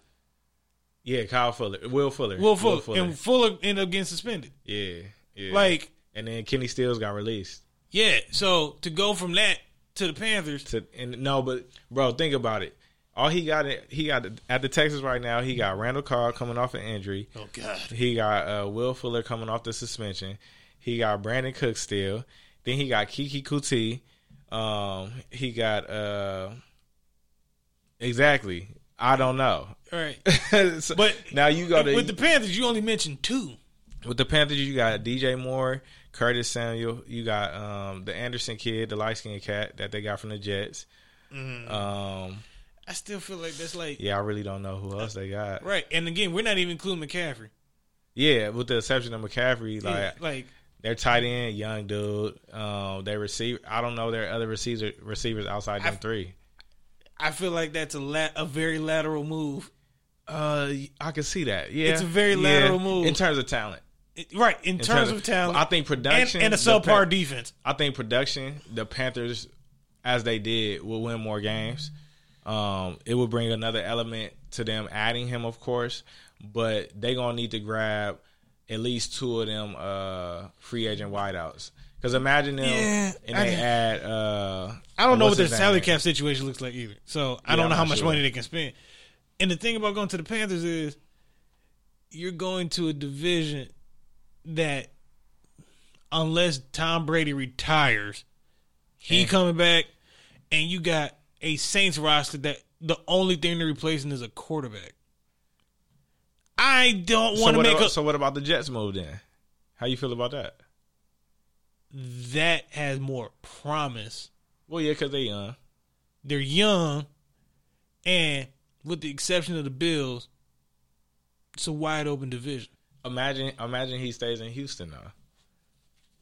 S2: Yeah, Kyle Fuller, Will Fuller,
S1: Will Fuller, and Fuller ended up getting suspended.
S2: yeah, yeah.
S1: Like,
S2: and then Kenny Stills got released.
S1: yeah. So to go from that to the Panthers,
S2: to and no, but bro, think about it. All he got he got at the Texas right now. He got Randall Carr coming off an injury.
S1: oh god,
S2: He got uh, Will Fuller coming off the suspension. He got Brandon Cook still. Then he got Kiki Kuti. Um, he got uh, exactly. I don't know. [LAUGHS]
S1: all right.
S2: So
S1: But
S2: now you go to
S1: with the Panthers, you only mentioned two.
S2: with the Panthers, you got DJ Moore, Curtis Samuel. You got um, the Anderson kid, the light skinned cat that they got from the Jets. Um,
S1: I still feel like that's like
S2: Yeah, I really don't know who else they got.
S1: right. And again, we're not even including McCaffrey.
S2: Yeah, with the exception of McCaffrey, like
S1: Yeah, like
S2: their tight end, young dude. Um, their receiver, I don't know their other receiver receivers outside them
S1: I-
S2: three.
S1: I feel like that's a la- a very lateral move,
S2: Uh, I can see that. Yeah,
S1: It's a very
S2: Yeah.
S1: lateral move.
S2: in terms of talent.
S1: It- right? In,
S2: In
S1: terms, of talent,
S2: I think
S1: and,
S2: production
S1: and a
S2: the
S1: subpar
S2: Pan-
S1: defense.
S2: I think production. The Panthers, as they did, will win more games. Um, it will bring another element to them adding him, of course, but they gonna need to grab at least two of them uh, free agent wideouts. Because imagine them
S1: Yeah,
S2: and
S1: I
S2: they
S1: mean-
S2: add. Uh,
S1: I don't know
S2: what's
S1: what their
S2: his
S1: salary
S2: name?
S1: cap situation looks like either, so I
S2: Yeah,
S1: don't
S2: I'm
S1: know how
S2: not
S1: much
S2: sure.
S1: money they can spend. And the thing about going to the Panthers is you're going to a division that, unless Tom Brady retires,
S2: Mm.
S1: he coming back, and you got a Saints roster that the only thing they're replacing is a quarterback. I don't
S2: So
S1: want to
S2: what,
S1: make
S2: about,
S1: a
S2: so what about the Jets move then? How you feel about that?
S1: that has more promise.
S2: Well, yeah, because they young.
S1: They're young, and with the exception of the Bills, it's a wide open division.
S2: Imagine, imagine he stays in Houston though.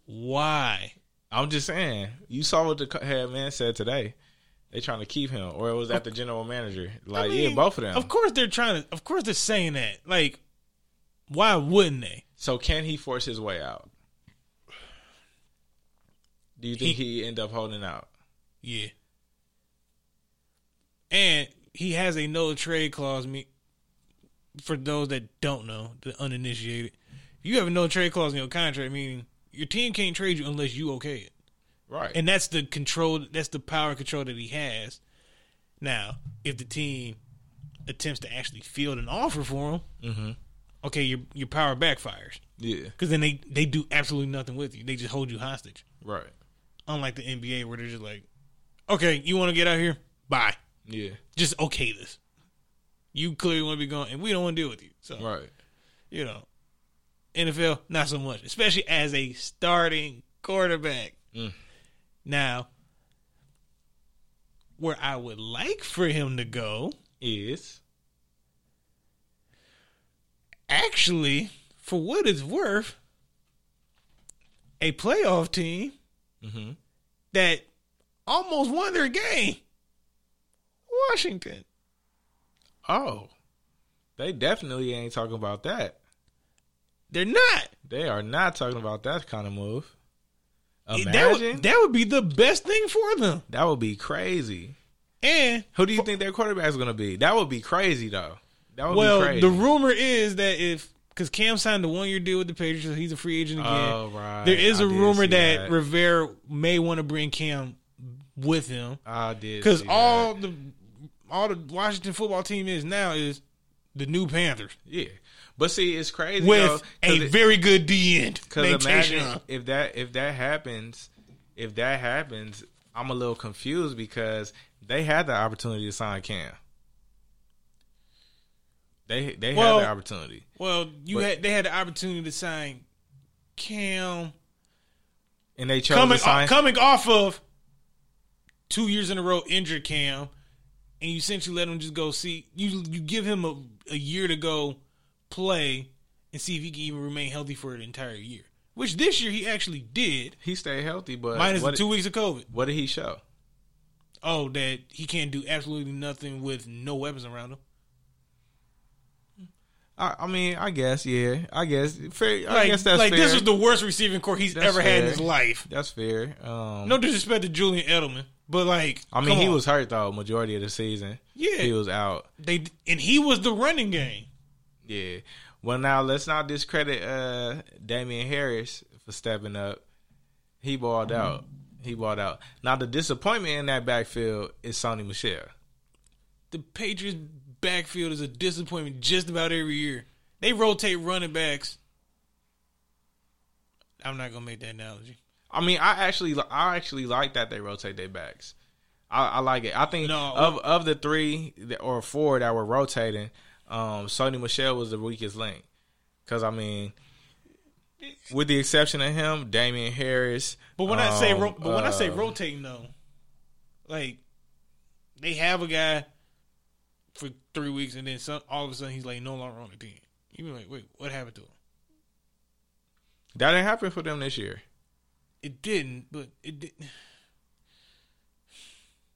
S1: Why?
S2: I'm just saying. You saw what the co- head man said today. They trying to keep him, or it was at the general manager. Like,
S1: I mean,
S2: Ah, yeah, both of them.
S1: Of course, they're trying to. Of course, they're saying that. Like, why wouldn't they?
S2: So can he force his way out? Do you think he, end up holding out?
S1: Yeah. And he has a no trade clause. Me, for those that don't know, the uninitiated, you have a no trade clause in your contract, meaning your team can't trade you unless you okay it.
S2: Right.
S1: and that's the control that's the power control that he has now if the team attempts to actually field an offer for him okay your your power backfires
S2: yeah.
S1: because then they they do absolutely nothing with you they just hold you hostage
S2: Right.
S1: unlike the nba where they're just like okay you want to get out here bye
S2: Yeah.
S1: just okay this you clearly want to be gone and we don't want to deal with you so
S2: Right.
S1: you know nfl not so much especially as a starting quarterback now where I would like for him to go
S2: Is
S1: actually, for what it's worth, a playoff team
S2: Mhm.
S1: that almost won their game. Washington.
S2: oh, they definitely ain't talking about that.
S1: They're not.
S2: They are not talking about that kind of move. Imagine
S1: That
S2: that
S1: would, that would be the best thing for them.
S2: would be crazy.
S1: And
S2: Who do you think their quarterback is going to be? That would be crazy though. That would
S1: well,
S2: be crazy.
S1: the rumor is that if because Cam signed the one year deal with the Patriots, so he's a free agent again.
S2: Oh, right.
S1: There is
S2: I
S1: a
S2: did
S1: rumor
S2: see
S1: that,
S2: that.
S1: Rivera may want to bring Cam with him
S2: I did
S1: because
S2: see
S1: all
S2: that.
S1: the all the Washington football team is now is the new Panthers
S2: yeah, but see, it's crazy
S1: with
S2: though, 'cause
S1: a
S2: it-
S1: very good D end. named
S2: Because imagine
S1: Tayshaun.
S2: if that if that happens, if that happens, I'm a little confused because they had the opportunity to sign Cam. They they
S1: Well-
S2: had the opportunity.
S1: well, you
S2: but-
S1: had they had the opportunity to sign Cam
S2: And they chose
S1: coming
S2: to sign
S1: off, coming off of two years in a row injured Cam, and you essentially let him just go see you. You give him a, a year to go play and see if he can even remain healthy for an entire year. Which this year he actually did,
S2: he stayed healthy, but
S1: minus
S2: what,
S1: the
S2: did-
S1: two weeks of COVID.
S2: what did he show?
S1: Oh, that he can't do absolutely nothing with no weapons around him.
S2: I, I mean, I guess, yeah. I guess fair I
S1: Like,
S2: guess that's
S1: like
S2: fair.
S1: this is the worst receiving core he's
S2: That's
S1: ever had in
S2: fair.
S1: his life.
S2: that's fair. Um
S1: No disrespect to Julian Edelman, but like,
S2: I mean
S1: come
S2: he
S1: on.
S2: was hurt though, majority of the season.
S1: Yeah.
S2: He was out.
S1: they and he was the running game.
S2: Yeah. Well, now let's not discredit uh Damian Harris for stepping up. He balled out. He balled out. Now the disappointment in that backfield is Sonny Michelle.
S1: the Patriots backfield is a disappointment just about every year. They rotate running backs. I'm not gonna make that analogy.
S2: I mean, I actually, I actually like that they rotate their backs. I, I like it. I think
S1: No.
S2: of of the three that- or four that were rotating, um, Sony Michelle was the weakest link. Because I mean, with the exception of him, Damian Harris.
S1: But when I say ro-
S2: um,
S1: but when I say
S2: uh,
S1: rotating though, like they have a guy for three weeks and then some, all of a sudden he's like no longer on the team. You be like, wait, what happened to him?
S2: uh, that didn't happen for them this year.
S1: It didn't, but it did.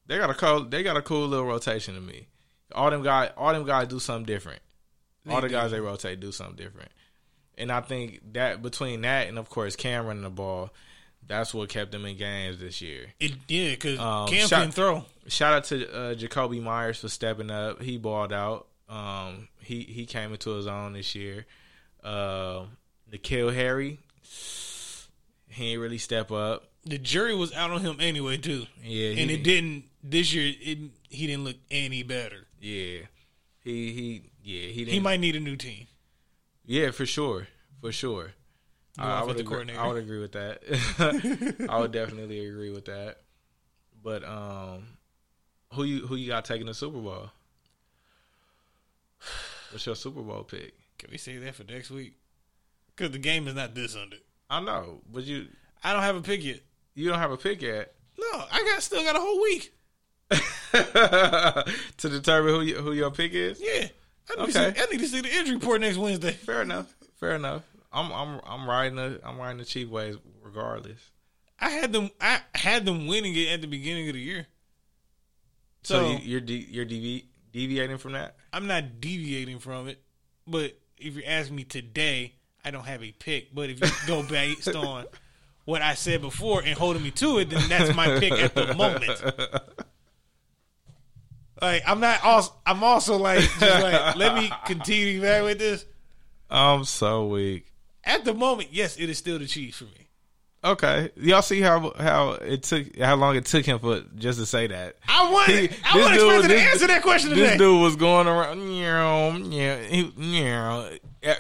S2: They got a cool. They got a cool little rotation to me. All them guys. All them guys do something different. all
S1: They
S2: the
S1: do.
S2: guys they rotate do something different. And I think that between that and of course Cam running the ball, that's what kept them in games this year.
S1: It yeah, because
S2: Um,
S1: Cam
S2: shot-
S1: can throw.
S2: Shout out to uh, Jacoby Myers for stepping up. He balled out. Um, he he came into his own this year. Um, the kill Harry, he ain't really step up.
S1: The jury was out on him anyway too,
S2: Yeah, he
S1: and
S2: didn't-
S1: it didn't this year. It he didn't look any better.
S2: Yeah, he he yeah he didn't
S1: He might need a new team.
S2: Yeah, for sure, for sure. I, I
S1: offensive
S2: would agree,
S1: coordinator.
S2: I would agree with that. [LAUGHS] I would definitely agree with that. But um, who you who you got taking the Super Bowl? What's your Super Bowl pick?
S1: Can we say that for next week? Because the game is not this Sunday.
S2: I know, but you
S1: I don't have a pick yet.
S2: you don't have a pick yet [LAUGHS]
S1: No, I got still got a whole week.
S2: to determine who you, who your pick is.
S1: Yeah, I need, to,
S2: Okay.
S1: see, I need to see the injury report next Wednesday.
S2: Fair enough. Fair enough. I'm I'm I'm riding the I'm riding the cheap ways regardless.
S1: I had them. I had them winning it at the beginning of the year.
S2: So,
S1: So,
S2: you, you're de- you're devi- deviating from that.
S1: I'm not deviating from it. But if you ask me today, I don't have a pick. But if you
S2: [LAUGHS]
S1: go based on what I said before and holding me to it, then that's my pick at the moment. Like I'm not also. I'm also like, just like let me continue back with this.
S2: I'm so weak.
S1: At the moment, yes, it is still the Chiefs for me.
S2: Okay, y'all see how how it took how long it took him for just to
S1: [LAUGHS]
S2: say that.
S1: I want
S2: He-
S1: I want
S2: this
S1: expected
S2: dude-
S1: to
S2: this-
S1: answer that question today.
S2: This dude was going around, yeah, yeah, he- yeah. Eh,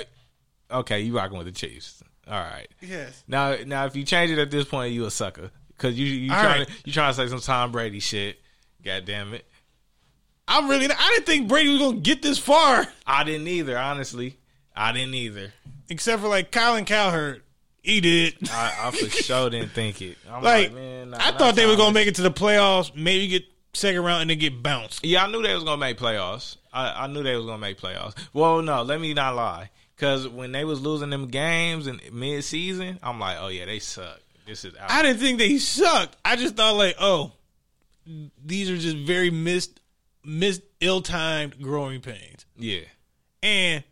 S2: Okay, you rocking with the Chiefs. All right.
S1: yes.
S2: Now, now, if you change it at this point, you a sucker because you you
S1: All
S2: trying
S1: right.
S2: to, you trying to say some Tom Brady shit. God damn it!
S1: I'm really not, I didn't think Brady was gonna get this far.
S2: I didn't either. Honestly, I didn't either.
S1: Except for like Colin Cowherd. He did.
S2: Ah, I, I for sure didn't think it. I'm like,
S1: like
S2: man, nah,
S1: I
S2: not
S1: thought they were
S2: Tom
S1: gonna make it to the playoffs, maybe get second round and then get bounced.
S2: Yeah, I knew they was gonna make playoffs. I, I knew they was gonna make playoffs. Well, no, let me not lie. Cause when they was losing them games in mid season, I'm like, oh yeah, they suck. This is out.
S1: I didn't think they sucked. I just thought like, oh, these are just very missed, missed, ill-timed growing pains.
S2: yeah,
S1: And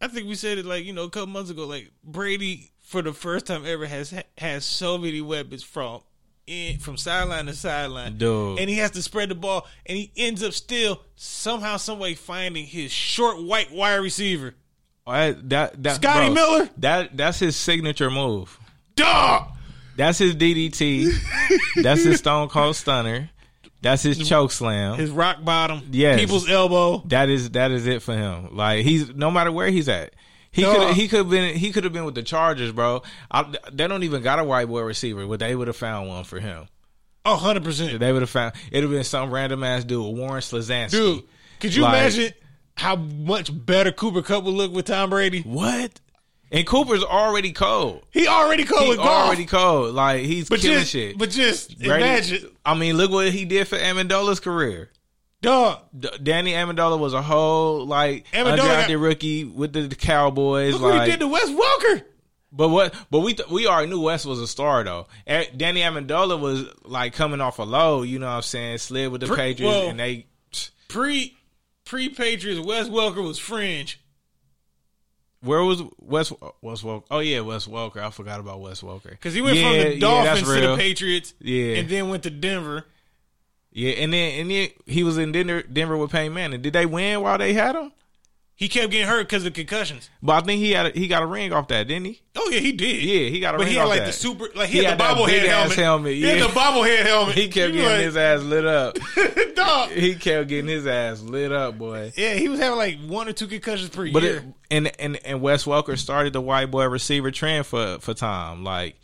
S1: I think we said it like you know a couple months ago. Like Brady, for the first time ever, has has so many weapons from in, from sideline to sideline,
S2: Dude.
S1: And he has to spread the ball, and he ends up still somehow, some way finding his short white wide receiver.
S2: All right, Oh, that, that
S1: Scotty
S2: bro,
S1: Miller?
S2: That that's his signature move.
S1: Duh.
S2: That's his
S1: [LAUGHS]
S2: DDT. that's his Stone Cold Stunner. That's his choke slam.
S1: His rock bottom,
S2: Yes.
S1: people's elbow.
S2: that is that is it for him. Like he's no matter where he's at, he
S1: No.
S2: could he could have been he could have been with the Chargers, bro. I, they don't even got a white boy receiver, but they would have found one for him.
S1: Oh, 100 percent,
S2: They would have found it'd have been some random ass dude, Warren Slazansky.
S1: dude. Could you
S2: Like-
S1: imagine how much better Cooper Cup would look with Tom Brady?
S2: what? And Cooper's already cold.
S1: He already cold
S2: He
S1: with golf,
S2: already cold. Like he's
S1: but
S2: killing
S1: just,
S2: shit.
S1: but just
S2: Brady-
S1: imagine.
S2: I mean, look what he did for Amendola's career.
S1: Dog,
S2: D- Danny Amendola was a whole like
S1: Amendola
S2: undrafted
S1: got-
S2: rookie with the, Cowboys.
S1: look
S2: like,
S1: what he did to Wes Walker.
S2: but what? But we th- we already knew West was a star though. A- Danny Amendola was like coming off a low. You know what I'm saying? Slid with the
S1: Pre-
S2: Patriots
S1: well-
S2: and they.
S1: Pre pre Patriots, Wes Welker was fringe.
S2: Where was West? West Welker? Oh yeah, West Welker. I forgot about West Welker
S1: 'Cause he went
S2: Yeah,
S1: from the
S2: yeah,
S1: Dolphins
S2: that's
S1: to the
S2: real.
S1: Patriots.
S2: Yeah.
S1: And then went to Denver.
S2: Yeah, and then and then he was in Denver, Denver with Payne Manning. Did they win while they had him?
S1: He kept getting hurt because of concussions.
S2: But I think he had a, he got a ring off that, didn't he?
S1: Oh yeah, he did.
S2: Yeah, he got a
S1: But
S2: ring
S1: he had
S2: off
S1: like
S2: that.
S1: the super like he,
S2: He
S1: had the
S2: had that
S1: bobblehead helmet.
S2: big-ass helmet,
S1: He had
S2: yeah.
S1: the bobblehead helmet.
S2: [LAUGHS] He kept
S1: You
S2: getting
S1: like,
S2: his ass lit up. [LAUGHS]
S1: [LAUGHS] dog.
S2: he kept getting his ass lit up, boy.
S1: Yeah, he was having like one or two concussions per
S2: But
S1: year.
S2: it, and and and Wes Welker started the white boy receiver trend for for Tom. Like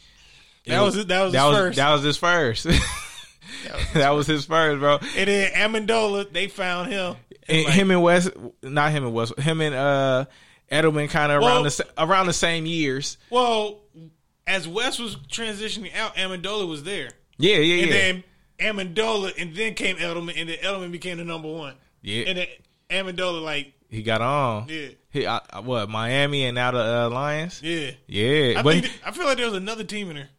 S1: That
S2: it
S1: was it- that was
S2: that
S1: his
S2: was
S1: first.
S2: that was his first. [LAUGHS] that was his first, bro.
S1: and then Amendola, they found him.
S2: And
S1: like-
S2: him and Wes, not him and Wes, him and uh Edelman, kind of
S1: Well-
S2: around the sa- around the same years.
S1: Well, as Wes was transitioning out, Amendola was there.
S2: Yeah, yeah,
S1: And
S2: yeah.
S1: then Amendola, and then came Edelman, and then Edelman became the number one.
S2: Yeah.
S1: And then Amendola, like,
S2: he got on.
S1: Yeah.
S2: He I, I- what Miami and now the uh, Lions.
S1: yeah.
S2: Yeah,
S1: I,
S2: but
S1: think th- I feel like there was another team in there.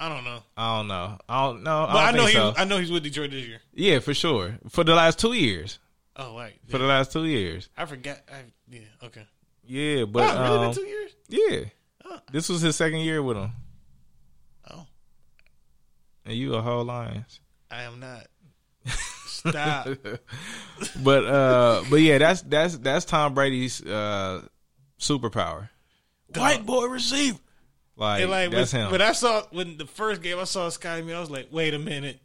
S1: I don't know.
S2: I don't know. I don't know.
S1: But I,
S2: I, don't
S1: know
S2: think
S1: he.
S2: so.
S1: I know he's with Detroit this year.
S2: yeah, for sure. For the last two years.
S1: Oh, right.
S2: For the last two years.
S1: I forgot. I, yeah, okay.
S2: Yeah,
S1: Oh,
S2: but
S1: really?
S2: um,
S1: the two years?
S2: yeah,
S1: Oh.
S2: this was his second year with him.
S1: Oh,
S2: And you a whole Lions.
S1: I am not. Stop.
S2: [LAUGHS] but uh, but yeah, that's that's that's Tom Brady's uh superpower.
S1: White boy receive.
S2: Like,
S1: And like
S2: that's
S1: when,
S2: him.
S1: when I saw when the first game I saw Sky Moore, I was like, wait a minute,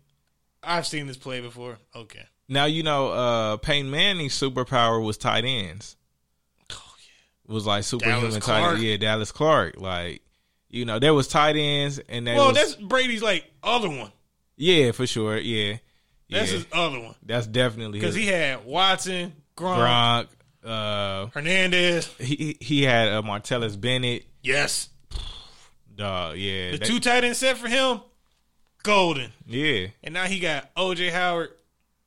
S1: I've seen this play before. Okay.
S2: now you know uh Peyton Manning's superpower was tight ends.
S1: Oh, yeah.
S2: Was like superhuman tight
S1: Clark.
S2: end. Yeah, Dallas Clark. Like you know, there was tight ends and they
S1: Well,
S2: was,
S1: that's Brady's like other one.
S2: yeah for sure. Yeah, yeah.
S1: That's his other one
S2: that's definitely
S1: because
S2: his.
S1: he had Watson, Gronk,
S2: Gronk. Uh,
S1: Hernandez.
S2: he he had uh, Martellus Bennett.
S1: Yes,
S2: Dog, yeah,
S1: the
S2: they-
S1: two tight end set for him, golden.
S2: yeah.
S1: And now he got OJ Howard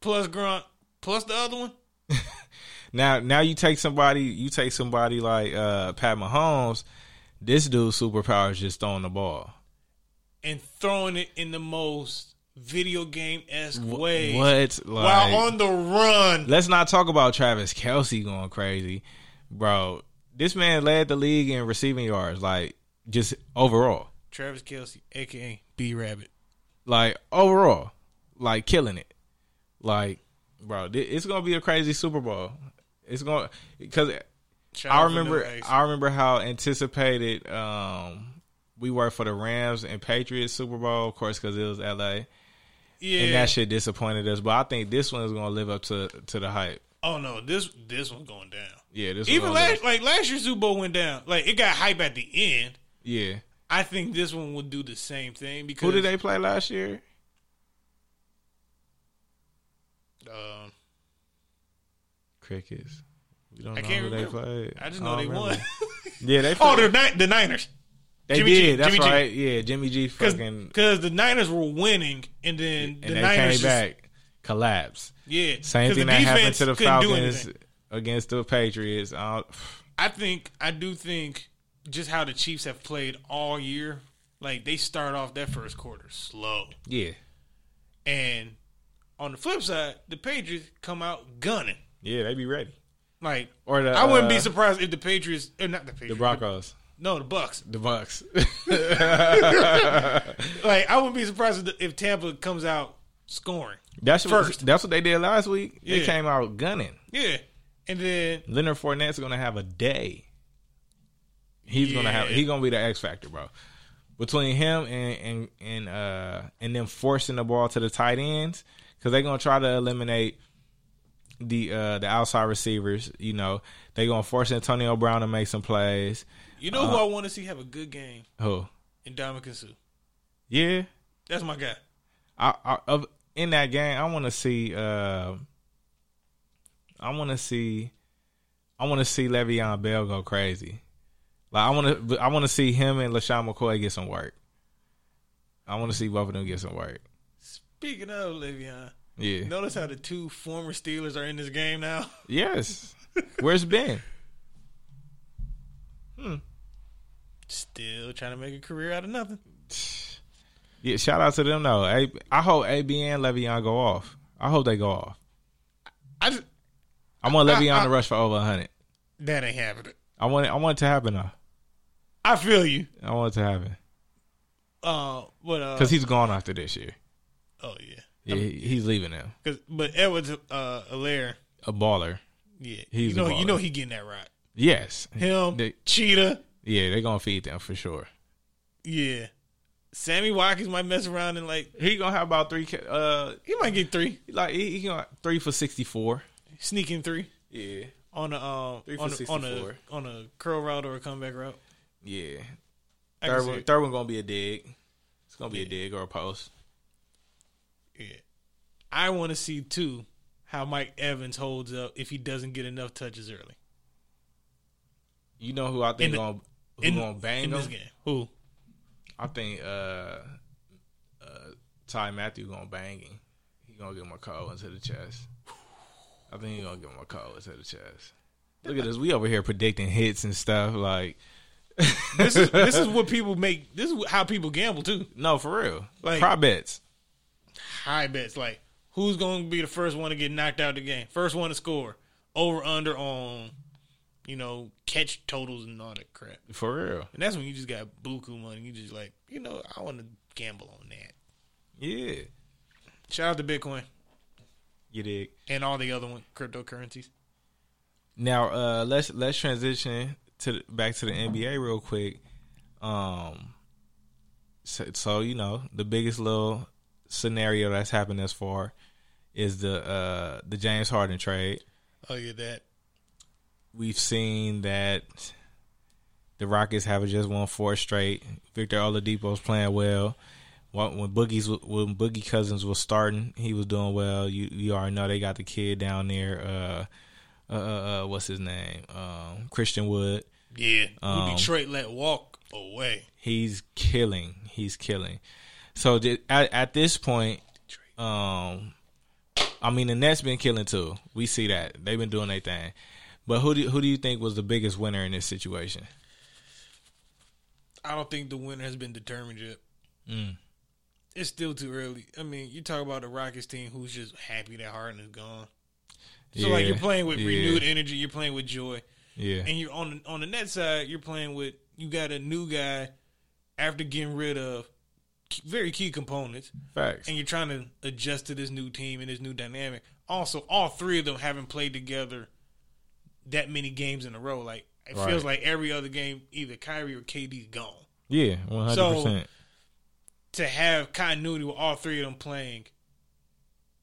S1: plus Gronk plus the other one.
S2: Now now you take somebody you take somebody like uh, Pat Mahomes. This dude's superpower is just throwing the ball.
S1: and throwing it in the most video game esque way
S2: What? Like,
S1: while on the run.
S2: let's not talk about Travis Kelsey going crazy, bro. This man led the league in receiving yards, like just overall,
S1: Travis Kelsey, aka B Rabbit.
S2: like overall, like killing it, like bro. thi- It's gonna be a crazy Super Bowl. It's gonna because
S1: Shout
S2: I
S1: out Vanilla
S2: remember
S1: Ice.
S2: I remember how anticipated um, we were for the Rams and Patriots Super Bowl, of course, because it was LA, and
S1: yeah.
S2: that shit disappointed us. But I think this one is gonna live up to to the hype.
S1: oh no, this this one's going down.
S2: Yeah, this
S1: Even
S2: one gonna live
S1: last
S2: up-
S1: like last year's Super Bowl went down. Like it got hype at the end.
S2: yeah.
S1: I think this one will do the same thing because
S2: Who did they play last year?
S1: um,
S2: Crickets. We don't
S1: I
S2: know
S1: can't
S2: who
S1: remember.
S2: they played.
S1: I just
S2: don't
S1: [LAUGHS] know they
S2: remember.
S1: won.
S2: [LAUGHS] Yeah, they. Played.
S1: oh, the Ni- the Niners.
S2: They
S1: Jimmy G,
S2: did. That's
S1: Jimmy G.
S2: right. Yeah, Jimmy G fucking
S1: because the Niners were winning, and then the
S2: and they
S1: Niners
S2: came
S1: just-
S2: back, collapse.
S1: Yeah,
S2: Same
S1: 'cause
S2: thing
S1: the
S2: that happened
S1: defense
S2: to the
S1: couldn't do
S2: Falcons
S1: anything.
S2: against the Patriots. Uh, I don't-
S1: I think I do think just how the Chiefs have played all year. Like they start off that first quarter slow,
S2: [SIGHS] yeah,
S1: and on the flip side, the Patriots come out gunning.
S2: yeah, they be ready.
S1: Like
S2: Or the
S1: I wouldn't
S2: uh,
S1: be surprised if the Patriots, or not the
S2: the
S1: Patriots,
S2: Broncos,
S1: no, the Bucks.
S2: the Bucks.
S1: Like I wouldn't be surprised if, the, if Tampa comes out scoring.
S2: [LAUGHS] that's what,
S1: First.
S2: that's what they did last week. They
S1: Yeah.
S2: came out gunning.
S1: Yeah, and then
S2: Leonard Fournette's gonna have a day. He's gonna have
S1: Yeah.
S2: he's gonna be the X factor, bro. Between him and and and uh and them forcing the ball to the tight ends because they're gonna try to eliminate the uh the outside receivers. You know they're gonna force Antonio Brown to make some plays.
S1: you know
S2: Uh-huh.
S1: who I want to see have a good game
S2: Oh
S1: in Dominican Sue.
S2: yeah,
S1: That's my guy.
S2: I, I of in that game I want to see uh I want to see I want to see Le'Veon Bell go crazy. Like I want to I want to see him and LaShawn McCoy get some work. I want to see both of them get some work.
S1: Speaking of Le'Veon,
S2: Yeah.
S1: notice how the two former Steelers are in this game now. [LAUGHS]
S2: Yes. Where's Ben?
S1: Still trying to make a career out of nothing.
S2: Yeah. Shout out to them though. A, I hope AB and Le'Veon go off. I hope they go off.
S1: I just,
S2: I want
S1: I-
S2: Le'Veon
S1: I-
S2: to rush for over hundred.
S1: that ain't happening.
S2: I want it, I want it to happen though.
S1: I feel you.
S2: I want it to happen
S1: Uh, but uh,
S2: because he's gone after this year.
S1: oh yeah,
S2: Yeah, he- he's leaving them.
S1: 'Cause- but Edwards uh, Alaire,
S2: A baller.
S1: yeah,
S2: He's
S1: you know,
S2: a
S1: you
S2: baller.
S1: know he getting that right.
S2: Yes.
S1: Him,
S2: They-
S1: Cheetah,
S2: Yeah, they're gonna feed them for sure.
S1: yeah. Sammy Watkins might mess around and like
S2: He gonna have about three. ca- Uh,
S1: he might get three,
S2: like he, he gonna three for sixty four.
S1: sneaking three
S2: Yeah,
S1: on a um
S2: Three for
S1: on a, on a
S2: 64.
S1: on a curl route or a comeback route.
S2: yeah.
S1: I can
S2: Third
S1: see
S2: one,
S1: it.
S2: third one gonna be a dig. It's gonna be a dig or a post.
S1: Yeah. I want to see too how Mike Evans holds up if he doesn't get enough touches early
S2: You know who I
S1: In
S2: think
S1: the-
S2: gonna who gonna bang
S1: in
S2: them?
S1: this game. Who?
S2: I think uh, uh, Ty Matthew gonna bang him. He gonna give him a cold into the chest. I think he gonna give him a cold into the chest. Look at this. We over here predicting hits and stuff. Like
S1: This is this is what people make. This is how people gamble too.
S2: [LAUGHS] no, for real.
S1: Like-
S2: prop bets.
S1: High bets like who's going to be the first one to get knocked out of the game, first one to score, over under on, you know, catch totals and all that crap.
S2: For real.
S1: And that's when you just got buku money. You just like you know I want to gamble on that.
S2: Yeah.
S1: Shout out to Bitcoin
S2: You dig.
S1: and all the other one cryptocurrencies.
S2: Now uh, let's let's transition to the, back to the NBA real quick. Um, so, so you know the biggest little scenario that's happened thus far is the uh, the James Harden trade.
S1: Oh yeah, that
S2: We've seen that the Rockets have just won four straight. Victor Oladipo's playing well. When when Boogie's when Boogie Cousins was starting, he was doing well. You you already know they got the kid down there. Uh, uh, uh, uh what's his name? Um, Christian Wood.
S1: yeah. Who
S2: Um,
S1: Detroit let walk away.
S2: He's killing. He's killing. So di- at, at this point, um, I mean the Nets been killing too. We see that they've been doing their thing. But who do who do you think was the biggest winner in this situation?
S1: I don't think the winner has been determined yet.
S2: Mm.
S1: It's still too early. I mean, you talk about the Rockets team who's just happy that Harden is gone. So like
S2: Yeah,
S1: you're playing with
S2: yeah,
S1: renewed energy, you're playing with joy,
S2: Yeah,
S1: and you're on on the net side, you're playing with you got a new guy after getting rid of key- very key components,
S2: facts.
S1: and you're trying to adjust to this new team and this new dynamic. Also, all three of them haven't played together that many games in a row. Like it
S2: Right.
S1: feels like every other game, either Kyrie or KD's gone.
S2: Yeah, one hundred percent.
S1: to have continuity with all three of them playing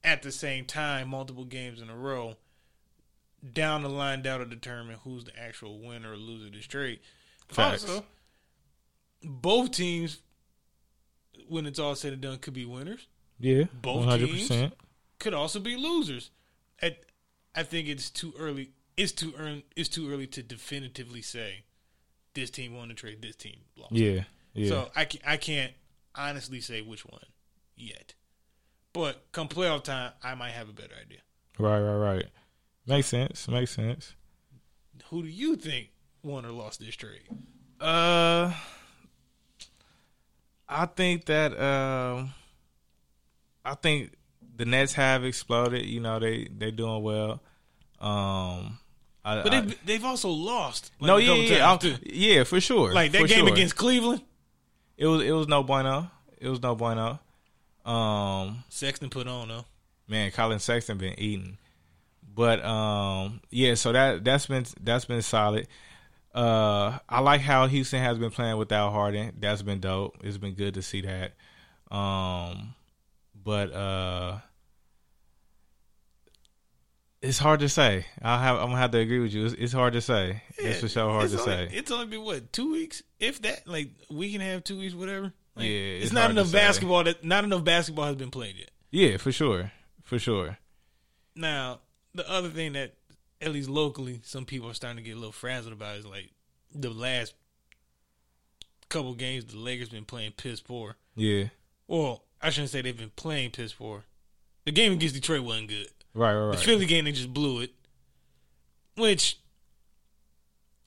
S1: at the same time, multiple games in a row, down the line, that'll determine who's the actual winner or loser of this trade.
S2: Facts.
S1: Also, both teams, when it's all said and done, could be winners,
S2: Yeah,
S1: both
S2: one hundred percent.
S1: could also be losers. At, I think it's too early. It's too early. It's too early to definitively say this team won the trade. This team lost.
S2: Yeah, Yeah.
S1: So I can, I can't honestly say which one yet. But come playoff time, I might have a better idea.
S2: Right, right, right. Makes sense. Makes sense.
S1: Who do you think won or lost this trade?
S2: Uh, I think that um, I think the Nets have exploded. You know, they they doing well. Um, I,
S1: But
S2: I-
S1: they've, they've also lost. like,
S2: no,
S1: a
S2: yeah,
S1: couple
S2: yeah, yeah,
S1: times,
S2: I'm-
S1: too.
S2: yeah, for sure.
S1: Like that
S2: for
S1: game
S2: sure.
S1: against Cleveland,
S2: it was it was no bueno. It was no bueno. Um,
S1: Sexton put on though.
S2: man, Colin Sexton been eating. But um, yeah, so that that's been that's been solid. Uh, I like how Houston has been playing without Harden. That's been dope. It's been good to see that. Um, but uh, it's hard to say. I have I'm gonna have to agree with you. It's, it's hard to say. it's for sure hard
S1: It's
S2: to
S1: only-
S2: say.
S1: It's only been what two weeks, if that. Like we can have two weeks, whatever. Like,
S2: Yeah,
S1: it's,
S2: it's
S1: not
S2: hard to
S1: enough
S2: say.
S1: basketball that not enough basketball has been played yet.
S2: yeah, for sure, for sure.
S1: Now the other thing that at least locally some people are starting to get a little frazzled about is like the last couple games the Lakers been playing piss poor.
S2: Yeah,
S1: Well, I shouldn't say they've been playing piss poor. The game against Detroit wasn't good.
S2: right, right,
S1: The
S2: right.
S1: Philly game they just blew it. Which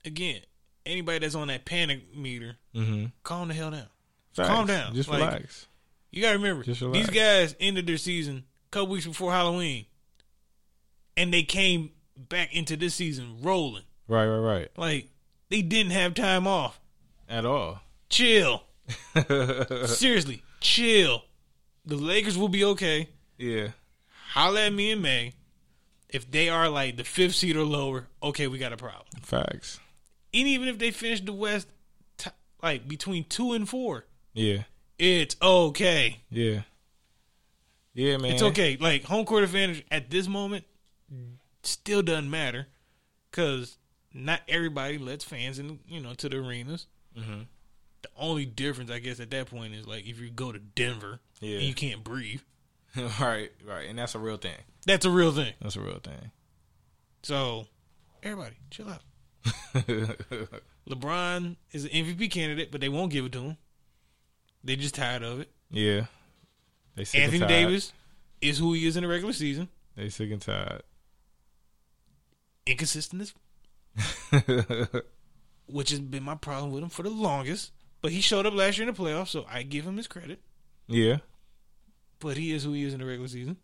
S1: again, anybody that's on that panic meter,
S2: Mm-hmm.
S1: calm the hell down. Calm down.
S2: Just
S1: Like,
S2: relax.
S1: You gotta remember,
S2: Just
S1: these
S2: relax.
S1: guys ended their season a couple weeks before Halloween, and they came back into this season rolling.
S2: Right, right, right.
S1: Like they didn't have time off.
S2: At all.
S1: Chill,
S2: [LAUGHS]
S1: seriously, chill. The Lakers will be okay.
S2: yeah.
S1: Holla at me in May. If they are like the fifth seed or lower, okay, we got a problem.
S2: Facts.
S1: And even if they finish the West, t- like between two and four,
S2: Yeah.
S1: it's okay.
S2: Yeah. Yeah, man.
S1: It's
S2: [LAUGHS]
S1: okay. Like home court advantage at this moment still doesn't matter because not everybody lets fans in, you know, to the arenas.
S2: Mm-hmm.
S1: The only difference, I guess, at that point is like if you go to Denver,
S2: Yeah.
S1: and you can't breathe.
S2: right, right. And that's a real thing.
S1: That's a real thing.
S2: That's a real thing. [LAUGHS]
S1: So everybody, chill out. LeBron is an MVP candidate, but they won't give it to him. They just tired of it.
S2: yeah. They sick
S1: Anthony
S2: and tired.
S1: Davis is who he is in the regular season.
S2: They sick and tired. [LAUGHS]
S1: Inconsistent as which has been my problem with him for the longest. But he showed up last year in the playoffs, so I give him his credit.
S2: yeah.
S1: But he is who he is in the regular season.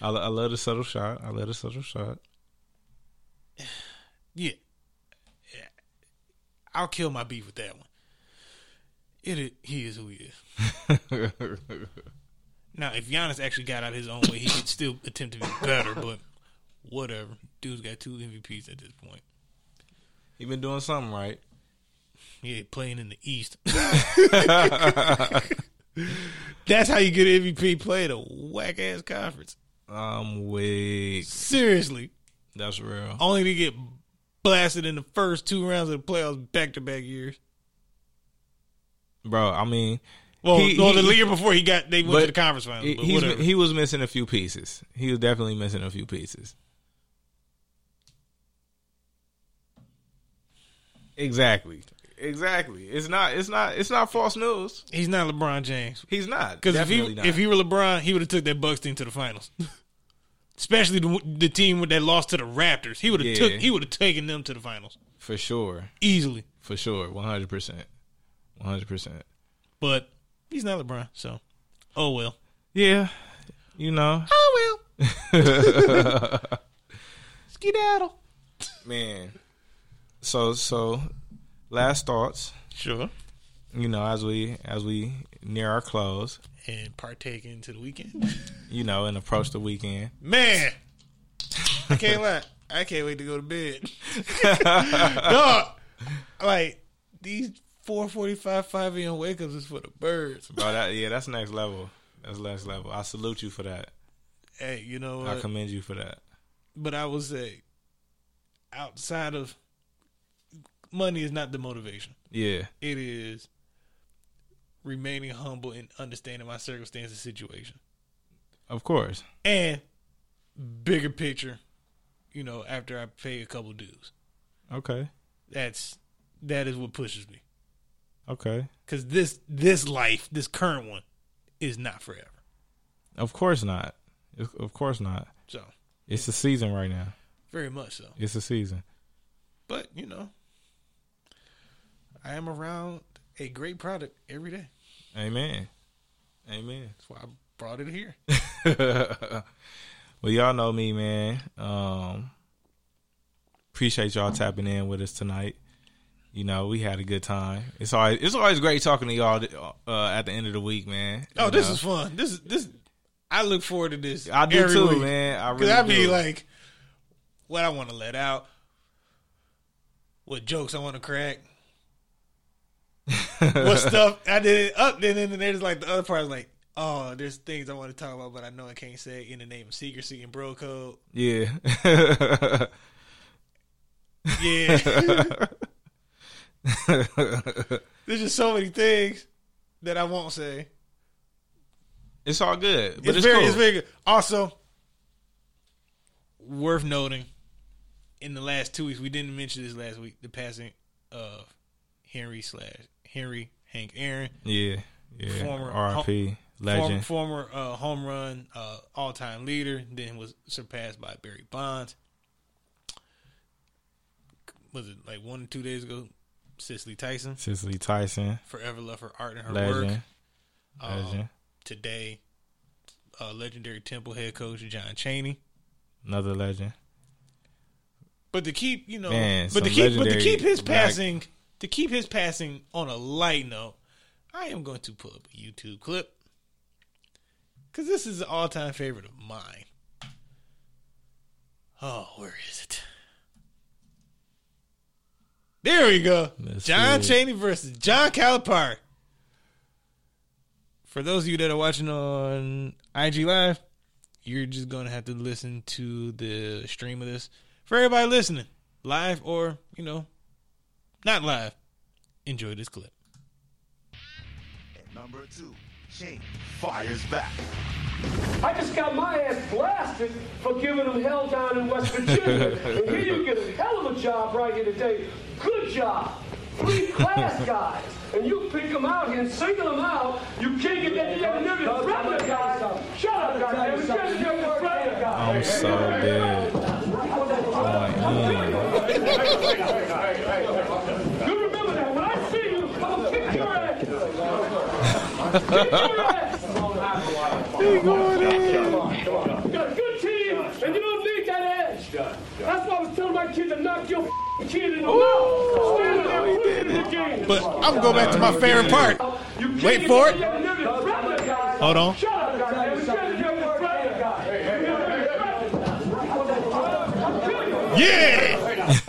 S2: I, lo- I love the subtle shot. I love the subtle shot. [LAUGHS]
S1: Yeah. Yeah. I'll kill my beef with that one. It is, he is who he is. Now, if Giannis actually got out his own way, he could still attempt to be better, but whatever. Dude's got two MVPs at this point.
S2: he been doing something right.
S1: Yeah, playing in the East. [LAUGHS] That's how you get an MVP play at a whack ass conference.
S2: I'm weak.
S1: Seriously.
S2: That's real.
S1: only to get blasted in the first two rounds of the playoffs back to back years.
S2: Bro, I mean,
S1: Well,
S2: He-
S1: well, the
S2: he-
S1: year before he got they went
S2: but
S1: to the conference finals.
S2: he,
S1: but
S2: he's-
S1: whatever.
S2: he was missing a few pieces. He was definitely missing a few pieces. Exactly. Exactly. It's not. It's not. It's not false news.
S1: he's not LeBron James
S2: He's not.
S1: because if he
S2: Definitely not.
S1: if he were LeBron, he would have took that Bucks team to the finals. [LAUGHS] Especially the, the team that lost to the Raptors, he would have
S2: Yeah.
S1: took he would have taken them to the finals
S2: for sure.
S1: easily.
S2: For sure. One hundred percent. One hundred percent.
S1: But he's not LeBron, so oh well.
S2: Yeah. You know,
S1: Oh well.
S2: [LAUGHS]
S1: Skedaddle.
S2: man. So so, last thoughts.
S1: Sure.
S2: You know, as we as we near our close,
S1: And partake into the weekend.
S2: you know, and approach the weekend.
S1: Man, I can't lie. I can't wait to go to bed. [LAUGHS] Dog, like these four forty-five, five a.m. wake ups is for the birds.
S2: Bro, that yeah, that's next level. That's next level. I salute you for that.
S1: Hey, you know
S2: I
S1: what?
S2: commend you for that.
S1: but I will say, outside of money is not the motivation.
S2: Yeah,
S1: It is remaining humble and understanding my circumstances, situation,
S2: of course.
S1: and bigger picture. You know, after I pay a couple dues.
S2: Okay.
S1: that's that is what pushes me.
S2: Okay.
S1: Cause this this life, this current one, is not forever.
S2: Of course not. Of- Of course not.
S1: So
S2: It's a season right now.
S1: very much so.
S2: It's a season.
S1: But you know, I am around a great product every day.
S2: Amen. Amen. [LAUGHS]
S1: That's why I brought it here.
S2: well, y'all know me, man. Um, appreciate y'all tapping in with us tonight. You know, we had a good time. It's always it's always great talking to y'all uh, at the end of the week, man.
S1: Oh,
S2: You
S1: this
S2: know.
S1: is fun. This is this. I look forward to this.
S2: I do
S1: every
S2: too,
S1: week.
S2: man. I really
S1: Cause I
S2: do.
S1: be like, what I want to let out, what jokes I want to crack,
S2: [LAUGHS]
S1: what stuff I did it up. Then and then there's like the other part is like, oh, there's things I want to talk about, but I know I can't say in the name of secrecy and bro code.
S2: yeah.
S1: Yeah, [LAUGHS] there's just so many things that I won't say.
S2: [LAUGHS] it's all good, but
S1: It's,
S2: it's,
S1: very,
S2: cool.
S1: it's very good. Also, worth noting, in the last two weeks, we didn't mention this last week, the passing of Henry slash Henry Hank Aaron.
S2: yeah, yeah.
S1: Former-
S2: R.I.P.
S1: Form,
S2: Legend.
S1: former uh, home run uh, all time leader, then was surpassed by Barry Bonds. Was it like one or two days ago? Cicely Tyson
S2: Cicely Tyson.
S1: forever loved her art and her work.
S2: Legend.
S1: Um,
S2: Legend.
S1: today, uh, legendary Temple head coach John Chaney.
S2: Another legend.
S1: But to keep, you know,
S2: Man,
S1: but to
S2: some
S1: keep, but to
S2: legendary
S1: keep his
S2: black-
S1: passing, to keep his passing on a light note, I am going to pull up a YouTube clip because this is an all-time favorite of mine. Oh, where is it? There we go.
S2: Let's
S1: John
S2: see it.
S1: Chaney versus John Calipari. For those of you that are watching on IG Live, you're just gonna have to listen to the stream of this. For everybody listening, live or you know, not live, enjoy this clip.
S3: At number two, Shane fires back.
S4: I just got my ass blasted for giving them hell down in West Virginia. and here you get a hell of a job right here today. Good job. Three class guys. And you pick them out here and single them out. You can't get any other nigga to threaten the guy. Shut up, goddamn. You can't get any threaten the guy.
S2: I'm so dead.
S4: You remember that. When I see you, I'm going to kick your ass. Kick your ass. You got a good team, and you don't need that edge. That's why I was telling my kid to knock your f***ing kid in the mouth. Stand there and push him in the game.
S1: But I'm gonna go back to my favorite part.
S4: You can't
S1: Wait
S4: get
S1: for
S4: any other nigga to threaten the guy.
S1: Hold on.
S4: Shut up, goddamn. You can't get any other threaten the guy. I'm telling you.
S1: Yeah, I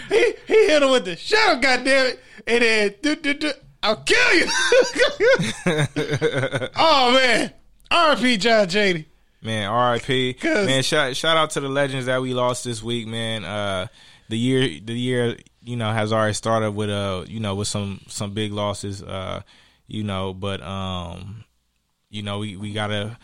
S1: kill you. he he hit him with the shut up, goddamn it, and then do, do, do, I'll kill
S2: [LAUGHS]
S1: you. oh man, R.P. John Jady.
S2: Man, R.I.P.
S1: 'Cause-
S2: Man, shout shout out to the legends that we lost this week, man. Uh, the year the year you know has already started with uh you know with some some big losses, uh, you know, but um, you know we we gotta.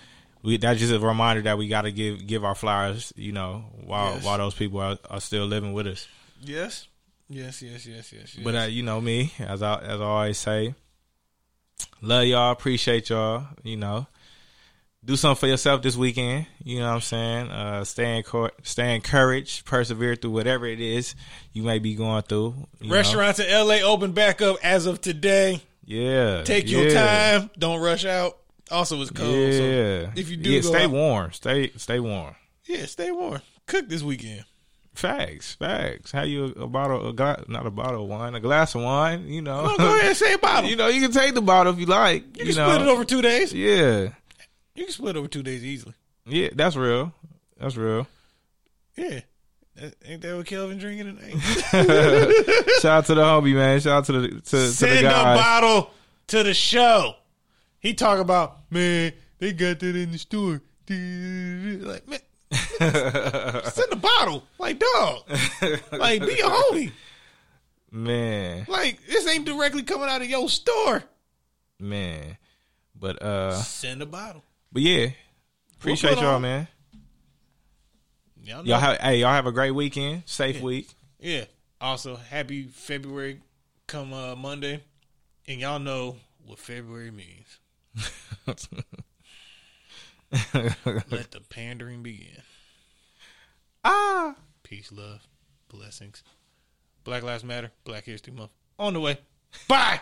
S2: We, that's just a reminder that we got to give give our flowers, you know, while
S1: Yes.
S2: while those people are, are still living with us.
S1: Yes, yes, yes, yes, yes. yes.
S2: But uh, you know me, as I as I always say, love y'all, appreciate y'all. You know, do something for yourself this weekend. You know what I'm saying? Uh, stay encor- stay encouraged, persevere through whatever it is you may be going through. you know?
S1: Restaurants in LA open back up as of today.
S2: yeah.
S1: Take your
S2: yeah,
S1: time. Don't rush out. Also, it's cold.
S2: Yeah,
S1: So if you do,
S2: yeah,
S1: go
S2: stay
S1: out-
S2: warm. Stay stay warm.
S1: yeah, stay warm. Cook this
S2: [LAUGHS]
S1: weekend.
S2: Facts, facts. How you a, a bottle, a glass, not a bottle of wine, a glass of wine. You know,
S1: Oh, go ahead, and say a bottle.
S2: [LAUGHS] you
S1: You,
S2: know, you can take the bottle if you like. You,
S1: can
S2: know,
S1: split it over two days.
S2: yeah.
S1: You can split over two days easily.
S2: Yeah, that's real. That's real.
S1: Yeah. That- Ain't that what Kelvin drinking tonight?
S2: Shout out to the homie, man. Shout out to the [LAUGHS] to, to the
S1: Send a
S2: guys.
S1: bottle to the show. He talk about, man, they got that in the store. [LAUGHS] Like, man,
S2: [LAUGHS]
S1: send a bottle. Like, dog. Like, be a homie.
S2: man,
S1: Like, this ain't directly coming out of your store.
S2: man. But uh,
S1: Send a bottle. uh,
S2: but yeah, appreciate
S1: going
S2: y'all,
S1: on?
S2: man.
S1: Y'all know.
S2: Y'all have hey, y'all have a great weekend. Safe week.
S1: Yeah. Also, happy February come uh, Monday. And y'all know what February means.
S2: [LAUGHS]
S1: [LAUGHS] Let the pandering begin.
S2: Ah.
S1: Peace, love, blessings. Black Lives Matter, Black History Month. On the way. Bye.